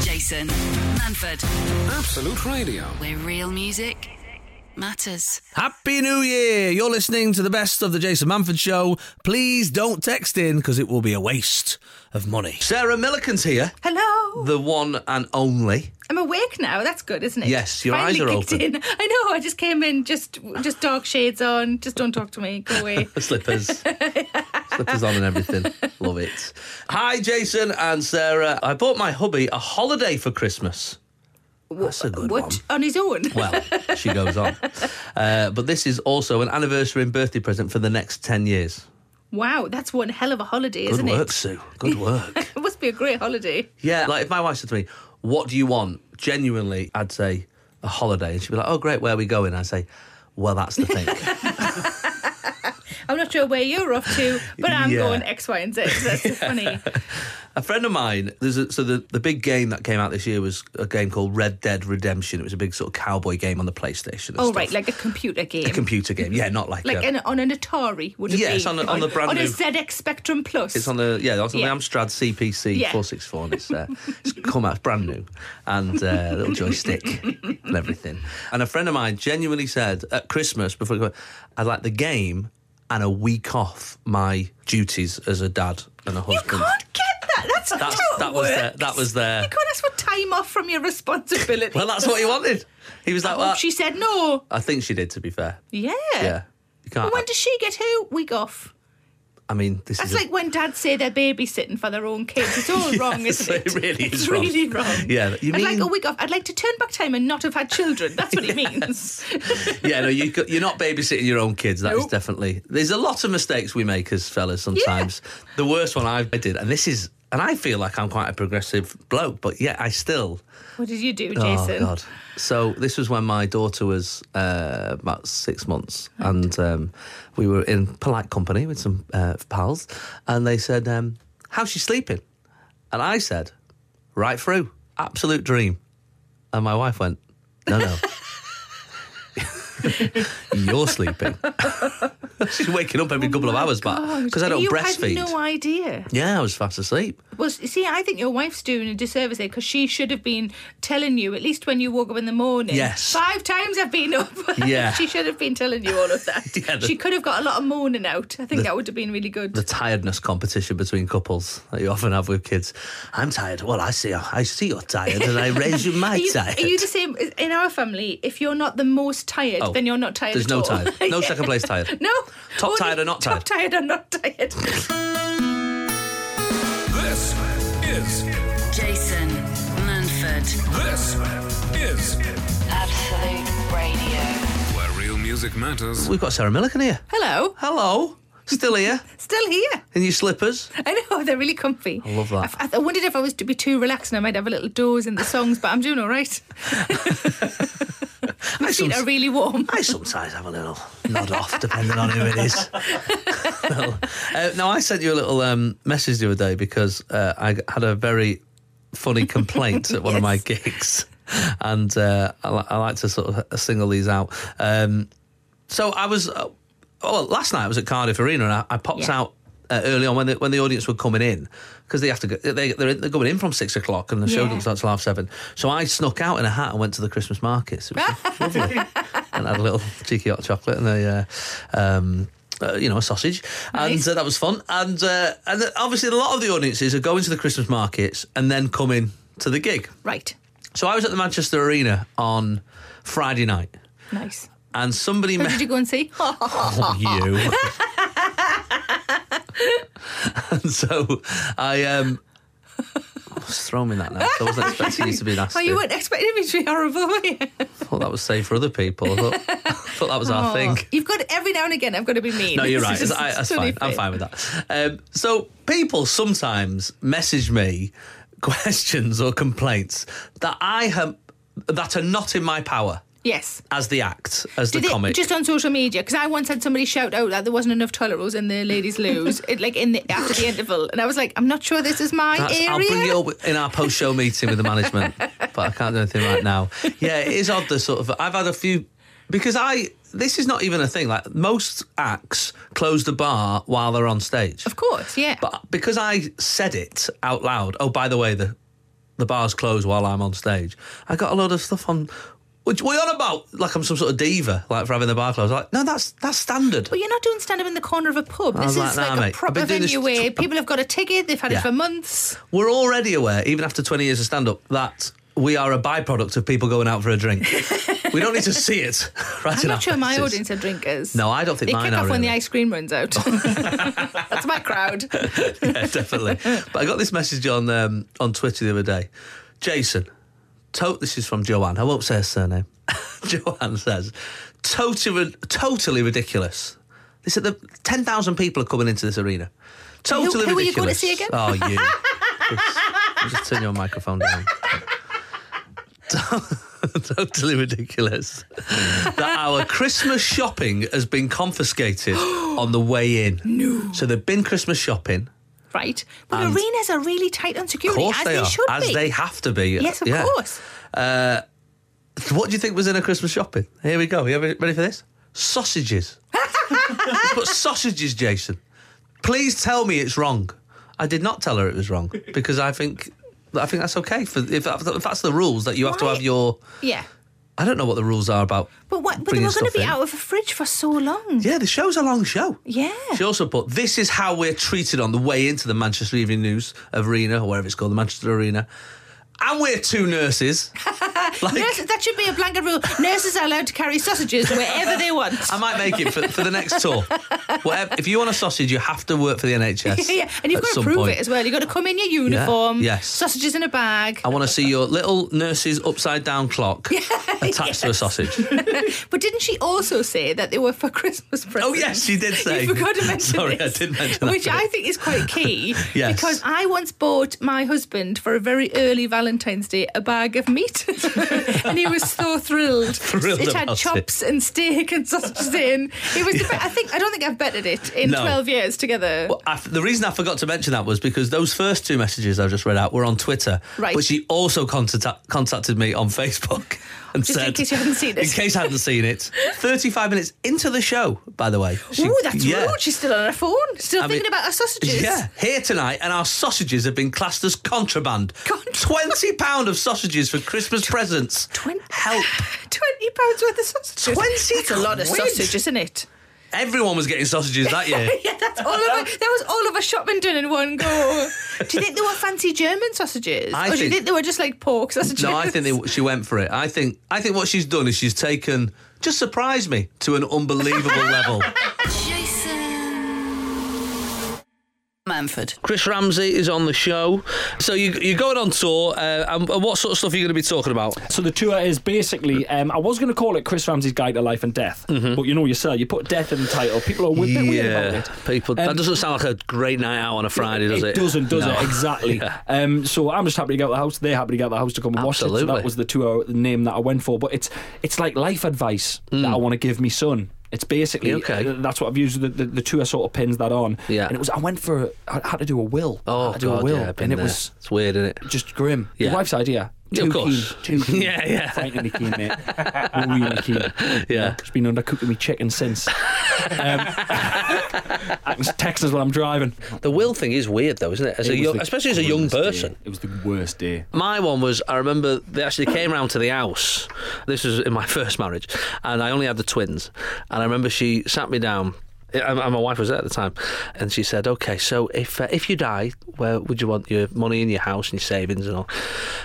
Jason Manford. Absolute Radio. Where real music matters. Happy New Year! You're listening to the best of the Jason Manford Show. Please don't text in because it will be a waste of money. Sarah Milliken's here, Hello. the one and only. I'm awake now. That's good, isn't it? Yes, your eyes Finally are kicked open. In. I know. I just came in. Just, just dark shades on. Just don't talk to me. Go away. Slippers. Slippers on and everything. Love it. Hi, Jason and Sarah. I bought my hubby a holiday for Christmas. That's a good what one. on his own? Well, she goes on. Uh, but this is also an anniversary and birthday present for the next 10 years. Wow, that's one hell of a holiday, Good isn't work, it? Sue. Good work. It must be a great holiday. Yeah, like if my wife said to me, "What do you want?" Genuinely, I'd say a holiday, and she'd be like, "Oh, great, where are we going?" I'd say, "Well, that's the thing." I'm not sure where you're off to, but I'm Yeah. going X, Y, and Z. That's so funny. a friend of mine, there's a, so the the big game that came out this year was a game called Red Dead Redemption. It was a big sort of cowboy game on the PlayStation. And Oh stuff. right, like a computer game. a computer game. Yeah, not like, uh, like a, an, on an Atari would it Yeah, be? it's on the- on the brand on new- a ZX Spectrum Plus. It's on the yeah, it's on Yeah. the Amstrad CPC Yeah. 464, and it's, uh, it's come out it's brand new and uh, little joystick and everything. And a friend of mine genuinely said at Christmas before he went, I'd like the game and a week off my duties as a dad and a you husband. can't get that. That's, That's- how it that was their- works. that was their- You can't ask for time off from your responsibility. Well, that's what he wanted. He was like, well, she said no. I think she did. To be fair, Yeah. uh, yeah, you can't. But when does she get her week off? I mean, this That's is a- like when dads say they're babysitting for their own kids. It's all wrong, isn't it it? really it's is wrong. really wrong. Yeah, you I'd like mean- a week off. I'd like to turn back time and not have had children. That's what it means. yeah, no, you, co- you're not babysitting your own kids. That is Nope. definitely. There's a lot of mistakes we make as fellas sometimes. The worst one I did, and this is, and I feel like I'm quite a progressive bloke, but yeah, I still. What did you do, Jason? Oh God! So this was when my daughter was uh, about six months, and um, we were in polite company with some uh, pals, and they said, um, "How's she sleeping?" And I said, "Right through, absolute dream." And my wife went, "No, no." You're sleeping. She's waking up every couple of hours, but because I And don't Oh you breastfeed. had no idea. yeah, I was fast asleep. Well, s- see, I think your wife's doing a disservice there because she should have been telling you, at least when you woke up in the morning. Yes. Five times I've been up. Yeah. she should have been telling you all of that. Yeah, the- she could have got a lot of moaning out. I think that would have been really good. the tiredness competition between couples that you often have with kids. I'm tired. Well, I see. I see you're tired, and I raise you my are you, tired. are you the same in our family? If you're not the most tired, Oh, then you're not tired There's at no all. tired. No second place tired. No. Top Only tired or not tired. Top tired or not tired. This is Jason Manford. this is Absolute Radio. where real music matters. We've got Sarah Milliken here. Hello. Hello. Still here Still here. in your slippers. I know they're really comfy. I love that. I, I wondered if I was to be too relaxed and I might have a little doze in the songs, but I'm doing all right. I, some- Feet are really warm. I sometimes have a little nod off, depending on who it is. uh, now, I sent you a little um, message the other day because uh, I had a very funny complaint at one of my gigs. And uh, I, li- I like to sort of uh, single these out. Um, So I was, uh, oh, last night I was at Cardiff Arena and I, I popped Yeah. out uh, early on when the, when the audience were coming in because they have to go, they, they're, they're going in from six o'clock and the show Yeah. doesn't start till half seven. So I snuck out in a hat and went to the Christmas markets. It was lovely. And had a little cheeky hot chocolate and a, uh, um, uh, you know, a sausage. Nice. And uh, that was fun. And, uh, and obviously a lot of the audiences are going to the Christmas markets and then coming to the gig. Right. So I was at the Manchester Arena on Friday night Nice. and somebody Who messaged did you go and see? Oh, you. and so I um just throw me that now. I wasn't expecting you to be nasty. Oh, you weren't expecting me to be horrible, were you? I thought that was safe for other people. I thought, I thought that was our Oh, thing. You've got every now and again. I've got to be mean. No, you're It's right. just- I- that's it's only fine. I'm fair. fine with that. Um, so people sometimes message me questions or complaints that I have that are not in my power Yes. as the act, as Did the it- comic. just on social media because I once had somebody shout out that there wasn't enough toilet rolls in the ladies' loos, it, like in the after the interval, and I was like, I'm not sure this is my That's- area. I'll bring it up in our post-show meeting with the management, but I can't do anything right now. Yeah, it is odd. The sort of I've had a few because I this is not even a thing. Like most acts close the bar while they're on stage, Of course, yeah. but because I said it out loud. Oh, by the way, the the bars close while I'm on stage. I got a lot of stuff on. Which what are you on about? Like I'm some sort of diva, like for having the bar closed. Like no, that's that's standard. But you're not doing stand up in the corner of a pub. I This was like, is like, nah, a mate, I've proper been doing this venue where tw- people have got a ticket, they've had Yeah. it for months. We're already aware, even after 20 years of stand up, that we are a byproduct of people going out for a drink. we don't need to see it. Right I'm in our not sure my faces. audience are drinkers. No, I don't think they mine kick are off when the really. ice cream runs out. That's my crowd. yeah, definitely. But I got this message on um, on Twitter the other day. Jason, to- this is from Joanne. I won't say her surname. Joanne says, totally, totally ridiculous. They said the ten thousand people are coming into this arena. Totally who are you ridiculous. going to see again? Oh, you. just, just turn your microphone down. totally ridiculous that our Christmas shopping has been confiscated on the way in. No. So they've been Christmas shopping. Right. But arenas are really tight on Of security, course as they, they, are, should as be. they have to be. yes, of Yeah. course. What do you think was in a Christmas shopping? Here we go. You ever- ready for this? Sausages. They put sausages, Jason. Please tell me it's wrong. I did not tell her it was wrong because I think I think that's okay. For if, that- if that's the rules that you have to Why- have your. Yeah. I don't know what the rules are about. But what, but they bringing were going stuff to be in. out of a fridge for so long. Yeah, the show's a long show. Yeah. She also put, This is how we're treated on the way into the Manchester Evening News Arena, or wherever it's called, the Manchester Arena. And we're two nurses. like, Nurses, that should be a blanket rule. Nurses are allowed to carry sausages wherever they want. I might make it for, for the next tour. Whatever, if you want a sausage, you have to work for the NHS. yeah, yeah. And you've at got to some prove point. it as well. You've got to come in your uniform, Yes. sausages in a bag. I want to see your little nurse's upside down clock attached to a sausage. But didn't she also say that they were for Christmas presents? Oh, yes, she did say. You forgot to mention Sorry, this, I did mention that Which bit. I think is quite key. Yes. Because I once bought my husband for a very early Valentine's Day a bag of meat. and he was so thrilled. Thrilled it had about chops and steak and sausages in. It was the be- I think I don't think I've bettered it in No. 12 years together. I, the reason I forgot to mention that was because those first two messages I just read out were on Twitter. Right. But she also contact, contacted me on Facebook and Just in said, case you hadn't seen it. In case I hadn't seen it. 35 minutes into the show, by the way. She- Ooh, that's yeah. rude. She's still on her phone, still I mean- thinking about her sausages. Yeah, here tonight, and our sausages have been classed as contraband. Contraband. Twenty pound of sausages for Christmas presents. Twen- Help! Twenty pounds worth of sausages. 20 That's a lot of quid. sausage, isn't it? Everyone was getting sausages that year. Yeah, that's all of our, that was all of our shopping done in one go. do you think they were fancy German sausages, I or do you think- think they were just like pork sausages? No, I think they, she went for it. I think I think what she's done is she's taken just surprised me to an unbelievable level. Jason Manford. Chris Ramsey is on the show. So you, you're going on tour, uh, and, and what sort of stuff are you going to be talking about? So the tour is basically, um, I was going to call it Chris Ramsey's Guide to Life and Death, but you know yourself, you put death in the title, people are a bit weird about Mm-hmm. Yeah, it. people. Um, that doesn't sound like a great night out on a Friday, does it? doesn't, does No. it? Exactly. um, so I'm just happy to get out of the house. They're happy to get out of the house to come and watch it. So Absolutely. that was the tour the name that I went for. But it's it's like life advice that I want to give me son. It's basically Mm. Okay. uh, that's what I've used. The, the, the tour sort of pins that on. Yeah. And it was I went for I had to do a will. I Oh had to do god, a will, yeah, I've been and it there. was it's weird, isn't it? just grim. Yeah. Your wife's idea. Yeah, Too of course. Keen, too keen. Yeah, yeah. Frighteningly keen, mate. really keen. Yeah. Just been undercooking me chicken since. Um, I can text us while I'm driving. The will thing is weird though, isn't it? As a It was young, the especially as a young worst day. person. It was the worst day. My one was I remember they actually came round to the house. This was in my first marriage, and I only had the twins. And I remember she sat me down. And and my wife was there at the time, and she said, "Okay, so if uh, if you die, where would you want your money and your house and your savings and all?"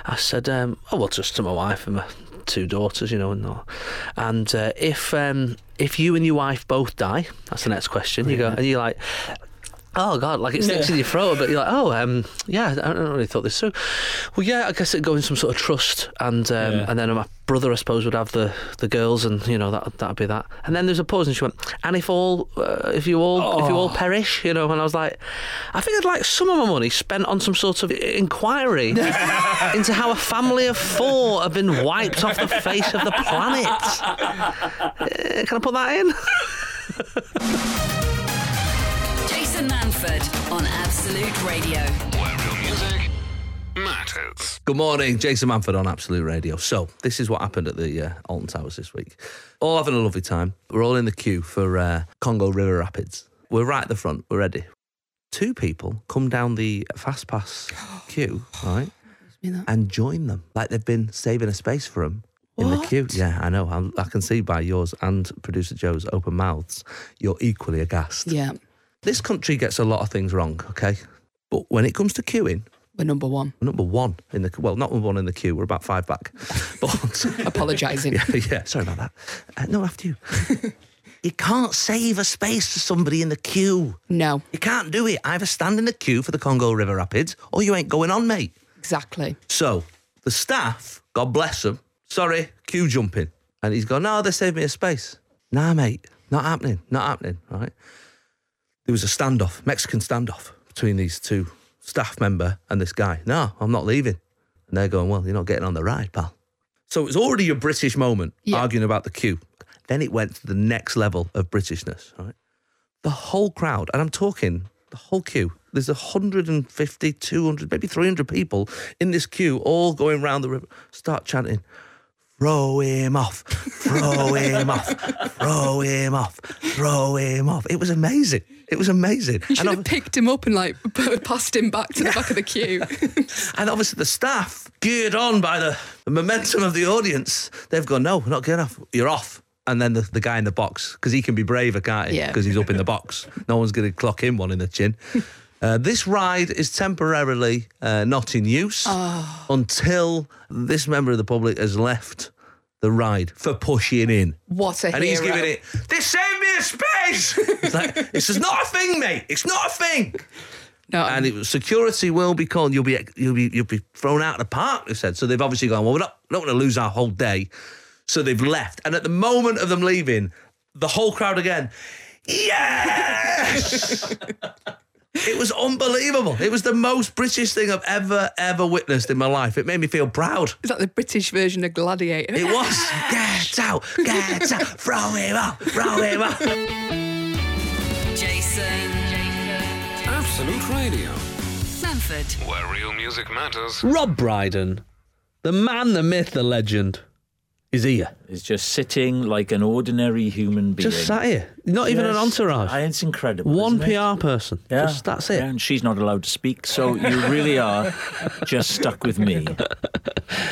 I said, um, "Oh, well, just to my wife and my two daughters, you know, and all." And uh, if um, if you and your wife both die, that's the next question. You go, and you're like, Oh God! Like it sticks in your throat, but you're like, oh, um, yeah, I don't really thought this through. Well, yeah, I guess it'd go in some sort of trust, and um, Yeah. and then my brother, I suppose, would have the, the girls, and you know that that'd be that. And then there's a pause, and she went, and if all, uh, if you all, if you all perish, you know, and I was like, I think I'd like some of my money spent on some sort of inquiry into how a family of four have been wiped off the face of the planet. Uh, can I put that in? Jason Manford on Absolute Radio. Where real music matters. Good morning, Jason Manford on Absolute Radio. So, this is what happened at the uh, Alton Towers this week. All having a lovely time. We're all in the queue for uh, Congo River Rapids. We're right at the front, we're ready. Two people come down the fast pass queue, right? and join them. Like they've been saving a space for them in the queue. Yeah, I know. i I can see by yours and producer Joe's open mouths, you're equally aghast. Yeah, This country gets a lot of things wrong, okay? But when it comes to queuing, we're number one. we're number one in the well, not number one in the queue. We're about five back, but Apologising. yeah, yeah, sorry about that. Uh, no, after you. you can't save a space for somebody in the queue. No, You can't do it. Either stand in the queue for the Congo River Rapids, or you ain't going on, mate. exactly. So the staff, God bless them, sorry, queue jumping. And he's gone, no, they saved me a space. Nah, mate, not happening, not happening, right? There was a standoff, Mexican standoff between these two staff member and this guy. No, I'm not leaving. And they're going, well, you're not getting on the ride, pal. So it was already a British moment Yeah. arguing about the queue. Then it went to the next level of Britishness, right? the whole crowd, and I'm talking the whole queue, there's 150, 200, maybe 300 people in this queue all going round the river, start chanting, throw him off, throw him off, throw him off, throw him off. It was amazing. It was amazing. You And should have I've- picked him up and like passed him back to the back of the queue. And obviously, the staff, geared on by the, the momentum of the audience, they've gone, no, we're not good enough. You're off. And then the, the guy in the box, because he can be braver, can't he? Yeah. Because he's up in the box. No one's going to clock him one in the chin. Uh, this ride is temporarily uh, not in use until this member of the public has left the ride for pushing in. what a And he's hero. giving it, they saved me a space! it's like, this is not a thing, mate. It's not a thing No, and it was, security will be called. You'll be you'll be you'll be thrown out of the park. They said so. They've obviously gone. Well, we're not not going to lose our whole day, so they've left. And at the moment of them leaving, the whole crowd again. Yes. It was unbelievable. It was the most British thing I've ever, ever witnessed in my life. It made me feel proud. Is that the British version of Gladiator? It was. Get out, get out, throw him up, throw him up. Jason. Jason. Absolute Radio, Manford. where real music matters. Rob Brydon, the man, the myth, the legend, is here. It's just sitting like an ordinary human being. Just sat here. Not even an Yes. entourage. Ah, It's incredible. One isn't it? PR person. Yeah. Just, that's it. Yeah, and she's not allowed to speak, so you really are just stuck with me.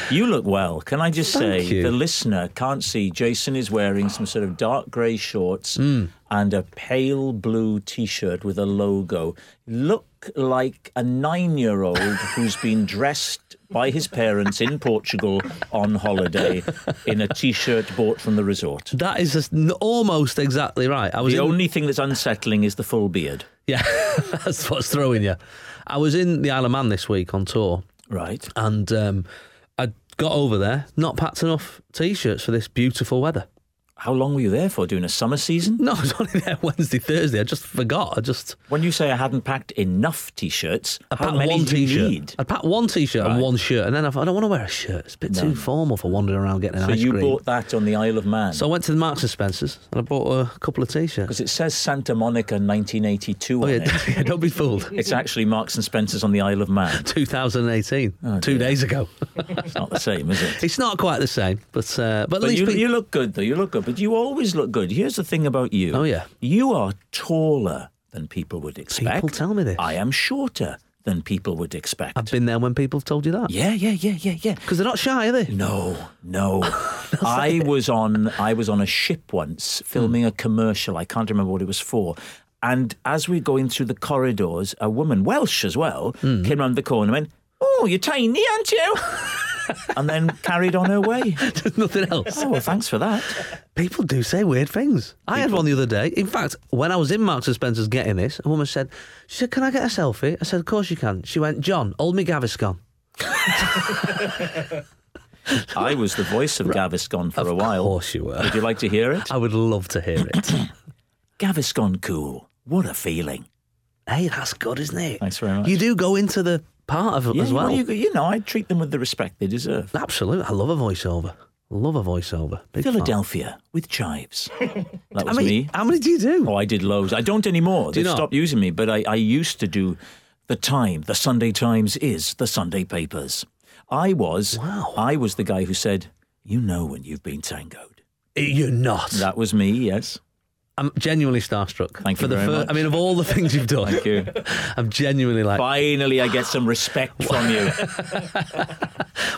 You look well. Can I just Thank say, you. the listener can't see Jason is wearing some sort of dark grey shorts Hmm. and a pale blue t shirt with a logo. Look like a nine year old who's been dressed by his parents in Portugal on holiday in a t shirt bought from the resort. That is just n- almost exactly right. I was The in- only thing that's unsettling is the full beard. yeah, that's what's throwing you. I was in the Isle of Man this week on tour, Right. and um, I got over there not packed enough t-shirts for this beautiful weather. How long were you there for? Doing a summer season? No, I was only there Wednesday, Thursday. I just forgot. I just When you say I hadn't packed enough t-shirts, I how packed many one do you t-shirt. need? I packed one t-shirt and Right. one shirt, and then I thought I don't want to wear a shirt. It's a bit too formal for wandering around getting an So ice you cream. bought that on the Isle of Man. so I went to the Marks and Spencers and I bought a couple of t-shirts. because it says Santa Monica 1982 Oh on yeah, it. don't be fooled. It's actually Marks and Spencer's on the Isle of Man. 2018, Oh, two days ago. It's not the same, is it? It's not quite the same, but uh, but But at least you, pe- you look good, though. You look good. But you always look good. Here's the thing about you. Oh, yeah. You are taller than people would expect. people tell me this. I am shorter than people would expect. I've been there when people have told you that Yeah, Mm. yeah, yeah, yeah, yeah. because they're not shy, are they? No, no. I was on I was on a ship once Hmm. filming a commercial. I can't remember what it was for. And as we were going through the corridors, a woman, Welsh as well, Hmm. came round the corner and went, Oh, you're tiny, aren't you? and then carried on her way. There's nothing else. Oh, well, thanks for that. People do say weird things. I had one the other day. In fact, when I was in Marks and Spencer's getting this, a woman said, "She said, can I get a selfie?" I said, "Of course you can." She went, "John, old me Gaviscon." I was the voice of Gaviscon for a Of while. course you Oh. were. Would you like to hear it? I would love to hear it. Gaviscon cool. What a feeling. hey, that's good, isn't it? Thanks very much. You do go into the part of it as well. you, you know, I treat them with the respect they deserve. Absolutely, I love a voiceover. Love a voiceover. Big fan. Philadelphia with chives. That How was many, me. how many do you do? Oh, I did loads. I don't anymore. Do you They not? stopped using me, but I, I used to do the time. The Sunday Times is the Sunday Papers. I was Wow. I was the guy who said, "You know when you've been tangoed." You're not. That was me. Yes. I'm genuinely starstruck. Thank you for the very fir- much. I mean, of all the things you've done, Thank you. I'm genuinely like, Finally, I get some respect from you.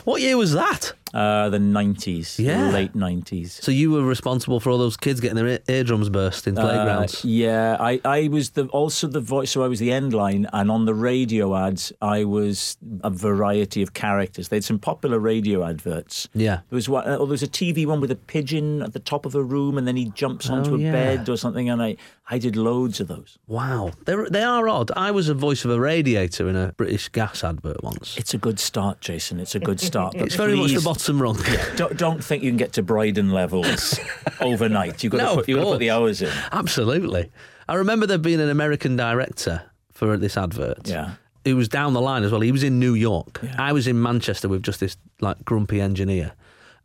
what year was that? Uh, the 90s, Yeah. late 90s. So you were responsible for all those kids getting their ear- eardrums burst in Uh, playgrounds. yeah, I, I was the also the voice, so I was the end line, and on the radio ads, I was a variety of characters. They had some popular radio adverts. Yeah. There was one, oh, there was a TV one with a pigeon at the top of a room, and then he jumps onto Oh, a yeah. bed or something, and I, I did loads of those. Wow, They're, they are odd. I was a voice of a radiator in a British gas advert once. It's a good start, Jason. It's a good start. But It's very much the please bottom rung. Don't, don't think you can get to Bryden levels overnight. You've got, No, to, of put, you've got to put the hours course. in. Absolutely. I remember there being an American director for this advert. Yeah. Who was down the line as well. He was in New York. I was in Manchester with just this like grumpy engineer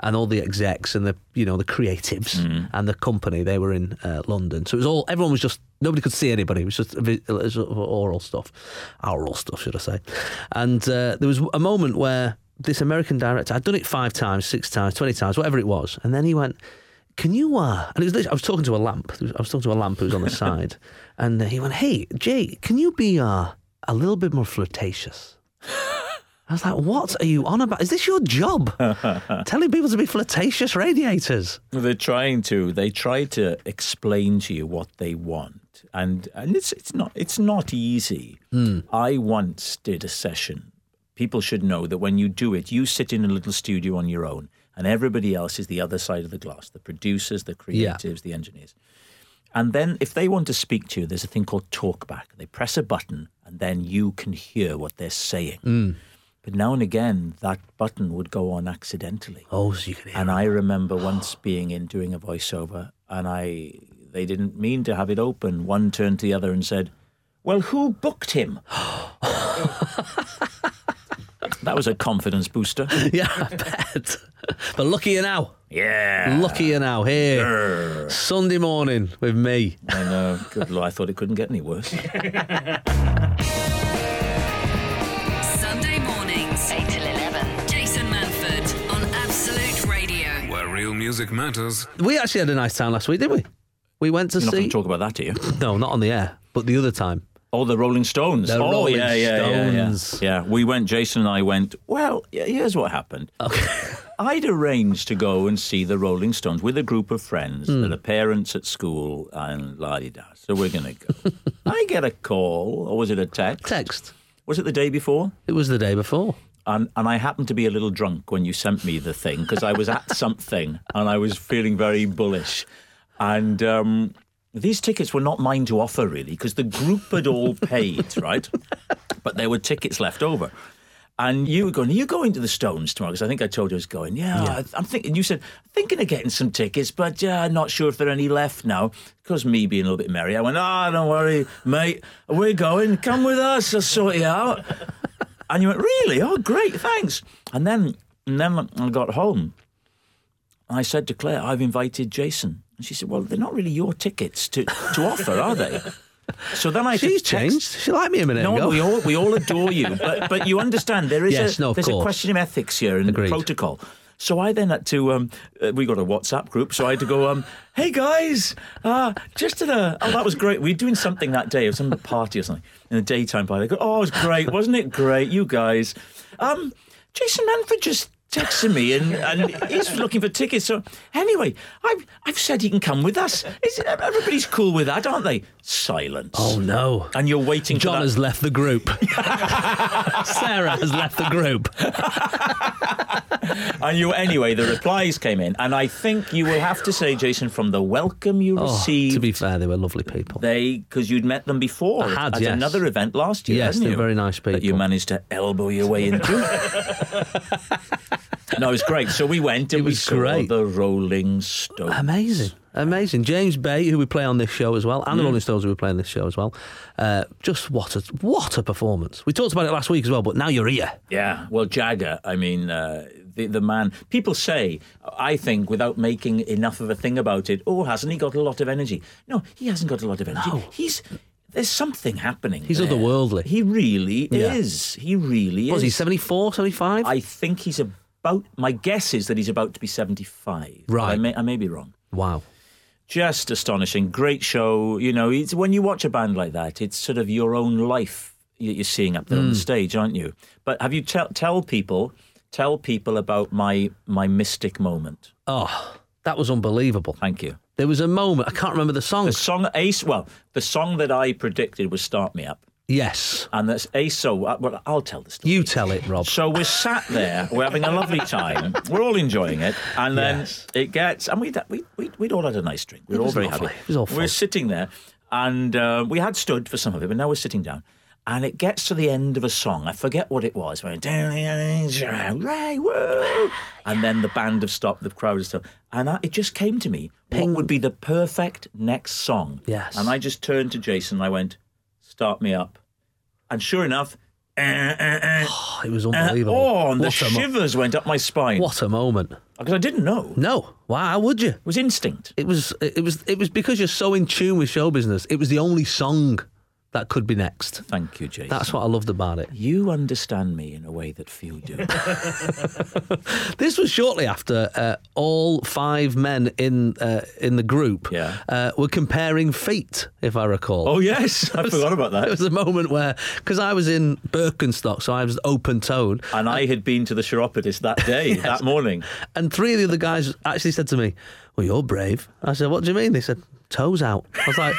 and all the execs and the you know the creatives and the company they were in uh, London. So it was all everyone was just nobody could see anybody. It was just a vi- it was sort of oral stuff, oral stuff should I say? And uh, there was a moment where this American director I'd done it five times, six times, twenty times, whatever it was, and then he went can you uh and it was lit- I was talking to a lamp I was talking to a lamp who was on the side and he went hey Jay can you be uh, a little bit more flirtatious I was like what are you on about is this your job telling people to be flirtatious radiators They're trying to. They try to explain to you what they want, and and it's it's not it's not easy. I once did a session. People should know that when you do it, you sit in a little studio on your own, and everybody else is the other side of the glass: the producers, the Yeah. creatives, the engineers. And then, if they want to speak to you, there's a thing called talkback. They press a button, and then you can hear what they're saying. But now and again, that button would go on accidentally. oh so you can hear And I remember once being in doing a voiceover, and I they didn't mean to have it open. One turned to the other and said, "Well, who booked him?" that was a confidence booster. yeah I bet but luckier now Yeah, luckier now here Sunday morning with me I know. uh, Good lord, I thought it couldn't get any worse. Sunday mornings, 8 till 11. Jason Manford on Absolute Radio. Where real music matters. we actually had a nice time last week didn't we we went to You're not going see to talk about that, are you? no not on the air but the other time Oh, the Rolling Stones. The oh, Rolling yeah, yeah, yeah, yeah. Stones. Yeah, we went. Jason and I went. Well, yeah, here's what happened. I'd arranged to go and see the Rolling Stones with a group of friends Hmm. that are parents at school and la di da. So we're gonna go. I get a call, or was it a text? text Was it the day before? it was the day before And and I happened to be a little drunk when you sent me the thing because I was at something and I was feeling very bullish, and. Um, these tickets were not mine to offer, really, because the group had all paid, right? But there were tickets left over. And you were going, Are you going to the Stones tomorrow? Because I think I told you I was going, Yeah, I- I'm thinking. You said, Thinking of getting some tickets, but uh, not sure if there are any left now. Because me being a little bit merry, I went, Ah, don't worry, mate. We're going. Come with us. I'll sort you out. And you went, Really? Oh, great. Thanks. And then, and then I got home. I said to Claire, I've invited Jason. And she said, Well, they're not really your tickets to, to offer, are they? So then I had to She's text- changed. She liked me a minute No, ago. we all we all adore you, but but you understand there is Yes, a no, of there's a course. question of ethics here and Agreed. protocol. So I then had to um, uh, we got a WhatsApp group, so I had to go. Um, hey guys, uh, just did a oh that was great. We were doing something that day, it was some party or something in the daytime party. I go, oh, it was great, wasn't it great? You guys, um, Jason Manford just texted me and, and he's looking for tickets. So anyway, I've I've said he can come with us. Is, everybody's cool with that, aren't they? Silence. Oh no. And you're waiting. for John that- has left the group. Sarah has left the group. And you, anyway, the replies came in, and I think you will have to say, Jason, from the welcome you Oh, received, to be fair, they were lovely people. they because you'd met them before I had, at yes. another event last year. Yes, hadn't they're you? very nice That you people. managed to elbow your way into. no, it was great. So we went and It we was saw great. the Rolling Stones. Amazing. Amazing. James Bay, who we play on this show as well, and the Rolling Stones, who we play on this show as well. Uh, just what a what a performance. We talked about it last week as well, but now you're here. Yeah, well, Jagger. I mean, uh, the the man. People say, I think, without making enough of a thing about it. Oh, hasn't he got a lot of energy? No, he hasn't got a lot of energy. No. He's there's something happening. He's there. otherworldly. He really Yeah. is. He really What Was is. he 74, 75? I think he's about. My guess is that he's about to be seventy five. I Right. may, I may be wrong. wow. just astonishing. Great show. You know, it's, when you watch a band like that, it's sort of your own life that you're seeing up there on the stage, aren't you? But have you tell tell people tell people about my my mystic moment? Oh, that was unbelievable. Thank you. There was a moment, I can't remember the song. The song Ace. Well, the song that I predicted was "Start Me Up," yes. and that's Ace. So, uh, well, I'll tell the story. You tell it, Rob. So we're sat there, we're having a lovely time, we're all enjoying it, and then Yes. it gets, and we'd, we'd, we'd, we'd all had a nice drink. We were all was very lovely. happy. It was awful. We're sitting there, and uh, we had stood for some of it, but now we're sitting down. And it gets to the end of a song. I forget what it was. We're hooray, woo. And then the band have stopped, the crowd has stopped. And I, it just came to me what would be the perfect next song? Yes. And I just turned to Jason and I went, Start me up. And sure enough, eh, eh, eh, Oh, it was uh, unbelievable. oh, and the what, a mo- shivers went up my spine what a moment. because I didn't know. It No, why would you? was instinct. It was it was it was because you're so in tune with show business. It was the only song that could be next. Thank you, Jason. That's what I loved about it. you understand me in a way that few do. This was shortly after uh, all five men in uh, in the group Yeah. uh, were comparing feet, if I recall. oh yes, I forgot about It that. was a moment where, because I was in Birkenstock, so I was open toed, And I had been to the chiropodist that day, that morning. and three of the other guys actually said to me, "Well, you're brave." I said, "What do you mean?" They said, "Toes out." I was like,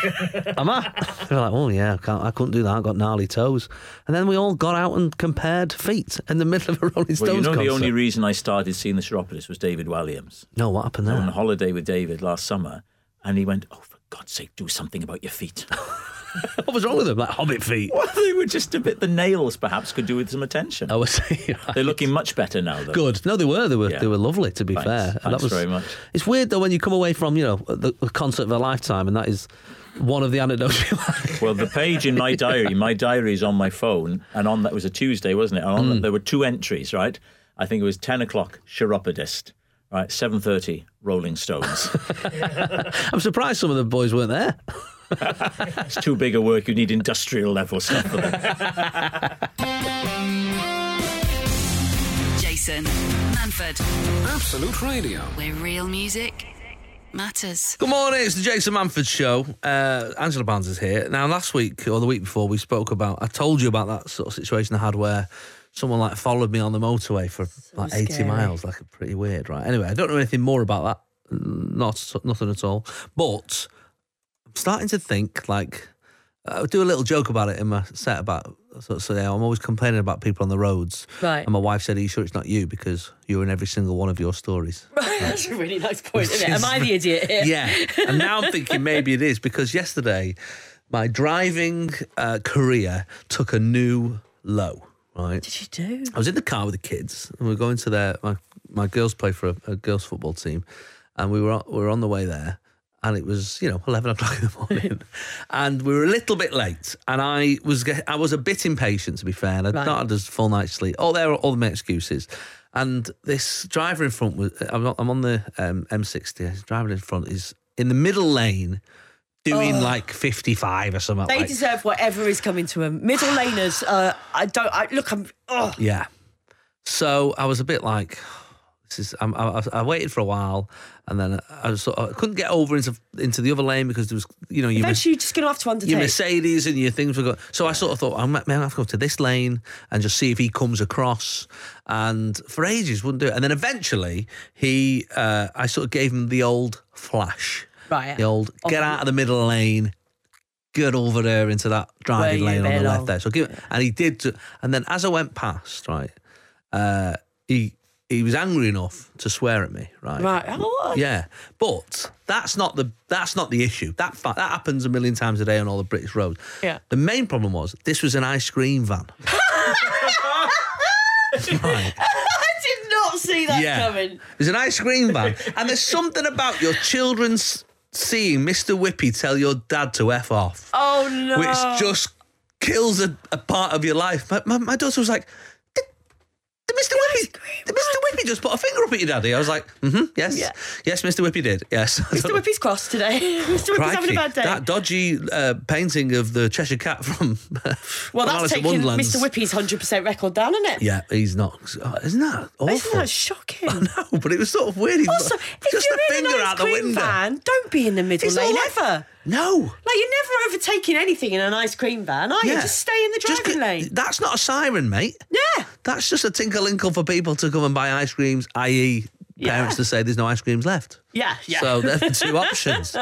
"Am I?" They were like, "Oh yeah, I, can't, I couldn't do that. I got gnarly toes." And then we all got out and compared feet in the middle of a Rolling Stones Well, you know, concert. the only reason I started seeing the chiropodist was David Williams. no, what happened I was on there? holiday with David last summer, and he went, "Oh, for God's sake, do something about your feet." What was wrong with them? Like hobbit feet. well, they were just a bit. The nails, perhaps, could do with some attention. Oh, I was saying. They're looking much better now, though. Good. No, they were. They were. Yeah. They were lovely. To be Thanks. fair, And Thanks very much. It's weird though when you come away from you know the, the concert of a lifetime, and that is one of the anecdotes. you like. Well, the page in my diary, my diary is on my phone, and on that was a Tuesday, wasn't it? And on Hmm. that, there were two entries, right? I think it was ten o'clock, chiropodist, right? Seven thirty, Rolling Stones. I'm surprised some of the boys weren't there. it's too big a work. You need industrial level stuff for that. Jason Manford, Absolute Radio. where real music matters. Good morning. It's the Jason Manford Show. Uh, Angela Barnes is here. Now, last week or the week before, we spoke about. I told you about that sort of situation I had where someone like followed me on the motorway for like eighty miles. Like, pretty weird, right? Anyway, I don't know anything more about that. Not nothing at all. But I'm starting to think like. I do a little joke about it in my set about so, so yeah, I'm always complaining about people on the roads. Right. And my wife said, Are you sure it's not you? Because you're in every single one of your stories. That's a really nice point, isn't it? Am I the idiot here? Yeah. And now I'm thinking maybe it is because yesterday my driving uh, career took a new low, right? What did you do? I was in the car with the kids, and we were going to their my, my girls play for a, a girls football team, and we were on, we were on the way there, and it was you know eleven o'clock in the morning, and we were a little bit late, and I was get, I was a bit impatient to be fair, and I'd Right. not had a full night's sleep. Oh, there are all my excuses. And this driver in front was I'm, on- I'm on the um, M60. This driver in front is in the middle lane, doing like 55 or something. They like. deserve whatever is coming to them. Middle laners, uh, I don't. I look. I'm. Oh, Yeah. So I was a bit like, this is. I'm, I, I waited for a while, and then I was sort of, I couldn't get over into into the other lane because there was, you know, you miss, eventually you're just going to have to undertake. your Mercedes and your things were going. So I sort of thought, "Oh, I'm, I'm gonna have to go to this lane and just see if he comes across. And for ages wouldn't do it. And then eventually he, uh, I sort of gave him the old flash, Right. the old get out of the middle lane. Get over there into that driving Where you lane on the left belong. there. So give, and he did. do- And then as I went past, right, uh, he he was angry enough to swear at me, right? Right. Oh, Yeah, but that's not the that's not the issue. That fa- that happens a million times a day on all the British roads. Yeah. The main problem was this was an ice cream van. Right. I did not see that Yeah. coming. It was an ice cream van, and there's something about your children's seeing Mr. Whippy tell your dad to f off, Oh no. which just kills a, a part of your life. My, my, my daughter was like. "Did- did Mr. Whippy, did Mr. Whippy just put a finger up at your daddy. I was like, mm-hmm, yes, Yeah. yes, Mr. Whippy did. Yes, Mr. Whippy's cross today. Mr. Whippy's having a Crikey, bad day. That dodgy uh, painting of the Cheshire Cat from well, that's Alice in taking Wonderland's- Mr. Whippy's 100% record down, isn't it? Yeah, he's not. oh, Isn't that awful? Isn't that shocking? no, but it was sort of weird. He Also, put if just a you're in finger an ice out the cream window. van, don't be in the middle He's all lane like- ever. No. Like you're never overtaking anything in an ice cream van, are you? Yeah. Just stay in the driving Just c- lane. That's not a siren, mate. Yeah. That's just a tinkle-inkle for people to come and buy ice creams, i.e., parents to say there's no ice creams left. Yeah, yeah. So there are two options.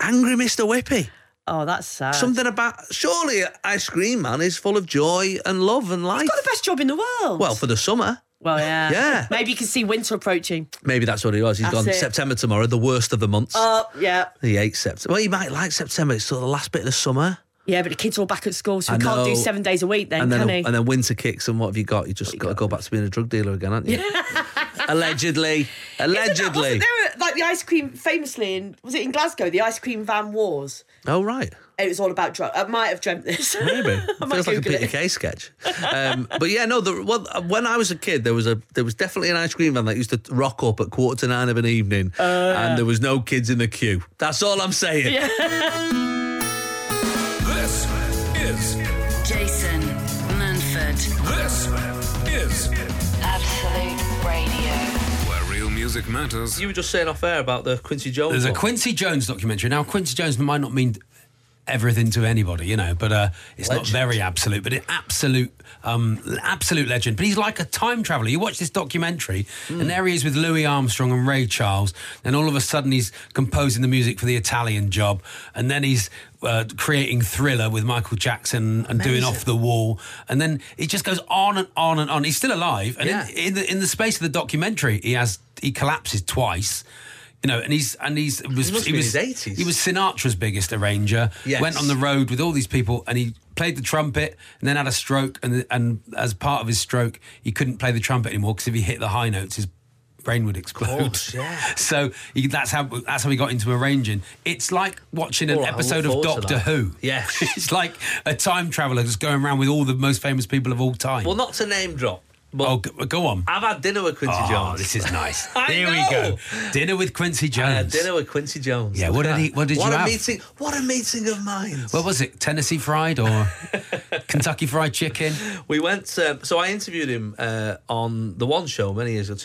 Angry Mr. Whippy. oh, that's sad. Something about surely an ice cream man is full of joy and love and life. Got the best job in the world. well, for the summer, well, yeah, Yeah. Maybe you can see winter approaching. maybe that's what he was. He's That's gone it. September tomorrow, the worst of the months. Oh, yeah, he hates September. Well, he might like September. It's sort of the last bit of the summer. yeah. But the kids are all back at school, so I we can't do know. seven days a week. Then and then can he? and then winter kicks and what have you got? You just got to go back to being a drug dealer again, aren't you? Allegedly, Isn't that- allegedly. wasn't there a- like the ice cream famously in was it in Glasgow the ice cream van wars? oh right, It was all about drugs. I might have dreamt this. maybe I might feels like a Google Peter it. Kay sketch. Um, but yeah, no. The, well, uh, when I was a kid, there was a there was definitely an ice cream van that used to rock up at quarter to nine of an evening, and there was no kids in the queue. That's all I'm saying. This is Jason Manford, this is Absolute Radio. where real music matters. You were just saying off air about the Quincy Jones. There's a one. Quincy Jones documentary. Now, Quincy Jones might not mean everything to anybody, you know, but uh, it's Legend. not very absolute, but an absolute, um, absolute legend. But he's like a time traveller. You watch this documentary, and there he is with Louis Armstrong and Ray Charles, and all of a sudden he's composing the music for the Italian job, and then he's uh, creating Thriller with Michael Jackson and doing Off the Wall, and then it just goes on and on and on. He's still alive, and Yeah. in, in the in the space of the documentary, he has he collapses twice. You know, and he's and he's was He must he be in was his 80s. he was Sinatra's biggest arranger. Yes. Went on the road with all these people, and he played the trumpet, and then had a stroke, and and as part of his stroke, he couldn't play the trumpet anymore because if he hit the high notes, his brain would explode. course, yeah. so he, that's how that's how he got into arranging. It's like watching an All right, I look episode of forward to Doctor that. Who. Yeah. it's like a time traveler just going around with all the most famous people of all time. Well, not to name drop, but oh, go, go on. I've had dinner with Quincy Oh, Jones. this is nice. I Here know. we go. Dinner with Quincy Jones. I had dinner with Quincy Jones. Yeah, Look what at did he- that. what did what you a have? Meeting, what a meeting of minds. What was it? Tennessee fried or Kentucky fried chicken? we went. um so I interviewed him uh, on the One Show many years ago,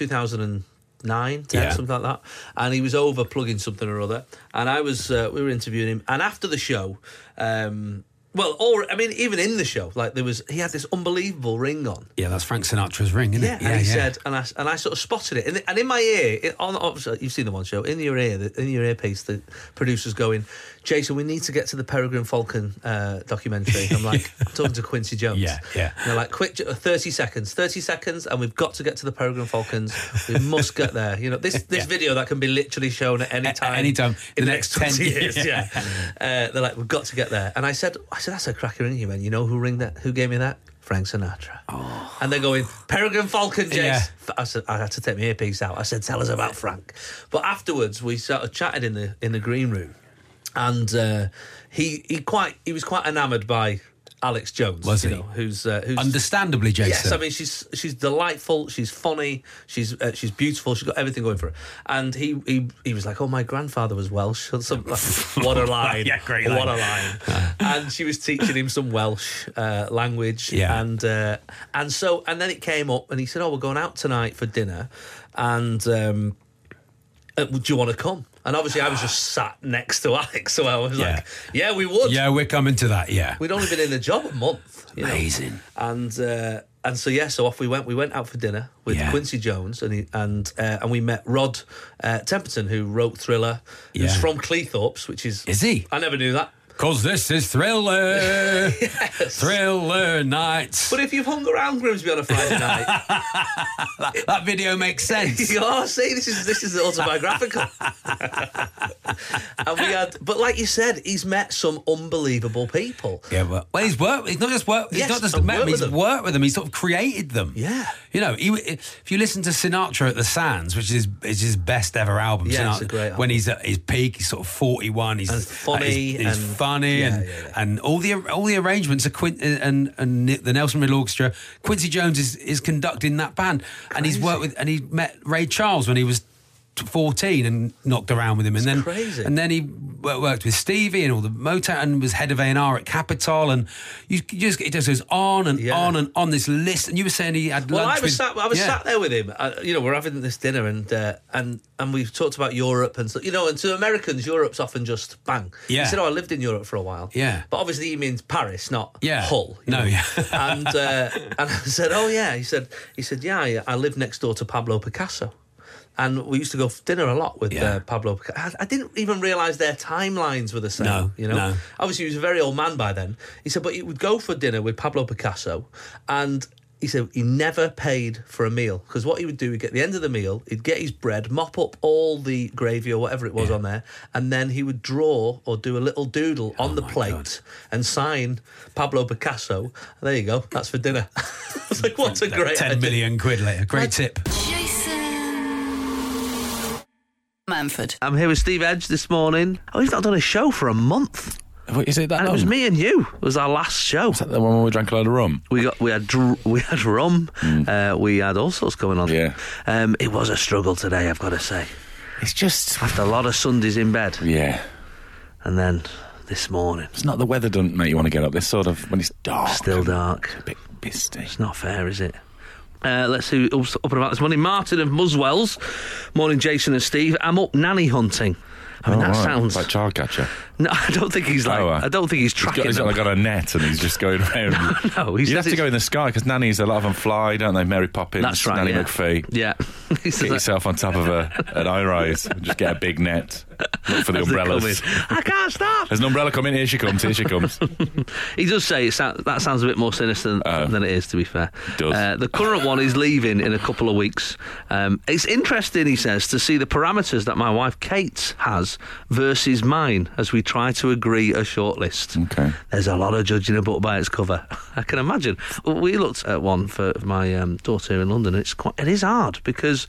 2009, 10, Yeah. something like that. And he was over plugging something or other. And I was, uh, we were interviewing him. And after the show, um, well, or I mean, even in the show, like there was, he had this unbelievable ring on. Yeah, that's Frank Sinatra's ring, isn't Yeah, it? and he said, and I, and I sort of spotted it, and, and in my ear, it, on obviously you've seen the one show, in your ear, the, in your earpiece, the producer's going, Jason, we need to get to the Peregrine Falcon uh, documentary. I'm like, I'm talking to Quincy Jones. Yeah, yeah. And they're like, quick, J- 30 seconds, 30 seconds, and we've got to get to the Peregrine Falcons. We must get there. You know, this Yeah. this video that can be literally shown at any At- at time, any time in in the the next 10 20 years. years. Yeah. Uh, they're like, we've got to get there. And I said, I said, that's a cracker ring, you man. You know who ring that? Who gave me that? Frank Sinatra. Oh. And they're going, Peregrine Falcon, Jace. Yeah. F- I said, I had to take my earpiece out. I said, tell us about Frank. But afterwards, we sort of chatted in the in the green room, and uh, he he quite he was quite enamoured by Alex Jones. Was you he? Know, who's uh, who's Understandably, Jason. Yes, I mean she's she's delightful. She's funny. She's uh, she's beautiful. She's got everything going for her. And he he, he was like, "Oh, my grandfather was Welsh." Or something like- what a line! Yeah, great What line. a line! and she was teaching him some Welsh uh, language. Yeah. And uh, and so and then it came up, and he said, "Oh, we're going out tonight for dinner," and. Um, uh, do you want to come? And obviously, I was just sat next to Alex, so I was Yeah. like, "Yeah, we would." yeah, we're coming to that, yeah. We'd only been in the job a month. you know. Amazing. And uh, and so yeah, so off we went. We went out for dinner with Yeah. Quincy Jones and he, and uh, and we met Rod uh, Temperton, who wrote Thriller. Who's Yeah. from Cleethorpes, which is Is he? I never knew that. Because this is Thriller. Thriller night. But if you've hung around Grimsby on a Friday night, That video makes sense. you are see this is this is autobiographical. and we had, but like you said, he's met some unbelievable people. Yeah, but well, he's worked. He's not just worked. He's Yes, not just I've met worked them. He's with them. worked with them. He's sort of created them. Yeah. You know, he, if you listen to Sinatra at the Sands, which is is his best ever album. Yeah, it's Sinatra, a great album. When he's at his peak, he's sort of forty-one. He's And like, he's- funny he's, and- funny, and and all the all the arrangements are Quin- and and the Nelson Riddle Orchestra. Quincy Jones is is conducting that band, and he's worked with and he met Ray Charles when he was. t- 14 and knocked around with him and then crazy. and then he wo- worked with Stevie and all the Motown and was head of A&R at Capitol and you you just it just goes on and Yeah. on and on this list and you were saying he had Well, lunch I with- was sat. I was Yeah. sat there with him. I, you know, we're having this dinner, and uh, and and we've talked about Europe, and so, you know, and to Americans, Europe's often just bang. Yeah. He said, "Oh, I lived in Europe for a while." Yeah. But obviously, he means Paris, not Yeah. Hull. you No, know. yeah. and uh, and I said, "Oh yeah." He said, "He said, yeah, I, I live next door to Pablo Picasso." And we used to go for dinner a lot with Yeah. uh, Pablo. Pica- I, I didn't even realise their timelines were the same. No, you know, no. obviously he was a very old man by then. He said, but he would go for dinner with Pablo Picasso, and he said he never paid for a meal because what he would do, he'd get the end of the meal, he'd get his bread, mop up all the gravy or whatever it was on there, and then he would draw or do a little doodle on the plate and sign Pablo Picasso. There you go, that's for dinner. I was like, what a great 10 idea. million quid later. Great tip. Jason Manford. I'm here with Steve Edge this morning. Oh, he's not done a show for a month. What, is it that And it was me and you. It was our last show. The one where we drank a load of rum. We got we had dr- we had rum, uh, we had all sorts going on. Hmm. Yeah. um, it was a struggle today. I've got to say, It's just. after a lot of Sundays in bed, Yeah. and then this morning, It's not the weather doesn't make you want to get up. This sort of when it's dark. still and dark. A bit misty. It's not fair, is it? Uh, let's see who's up and about this morning. Martin of Muswells. Morning, Jason and Steve. I'm up nanny hunting. I mean, Oh, that right. sounds. like child catcher. no, I don't think he's like. Oh, uh, I don't think he's He's tracking got, he's them. got, like, got a net and he's just going around. no, he you says have to it's- go in the sky because nannies, a lot of them fly, don't they? Mary Poppins, That's right. Nanny yeah. McPhee. Yeah. He says Get that- yourself on top of a, an high rise. Just get a big net. Look for the as they come umbrellas. in. I can't stop. There's an umbrella coming. Here she comes. Here she comes. He does say it sound, that sounds a bit more sinister than, Oh. than it is, to be fair. Does. Uh, the current one is leaving in a couple of weeks. Um, it's interesting, he says, to see the parameters that my wife Kate has versus mine as we try to agree a shortlist. Okay. There's a lot of judging a book by its cover. I can imagine. Well, We looked at one for my um, daughter in London. and It's quite. It is hard because,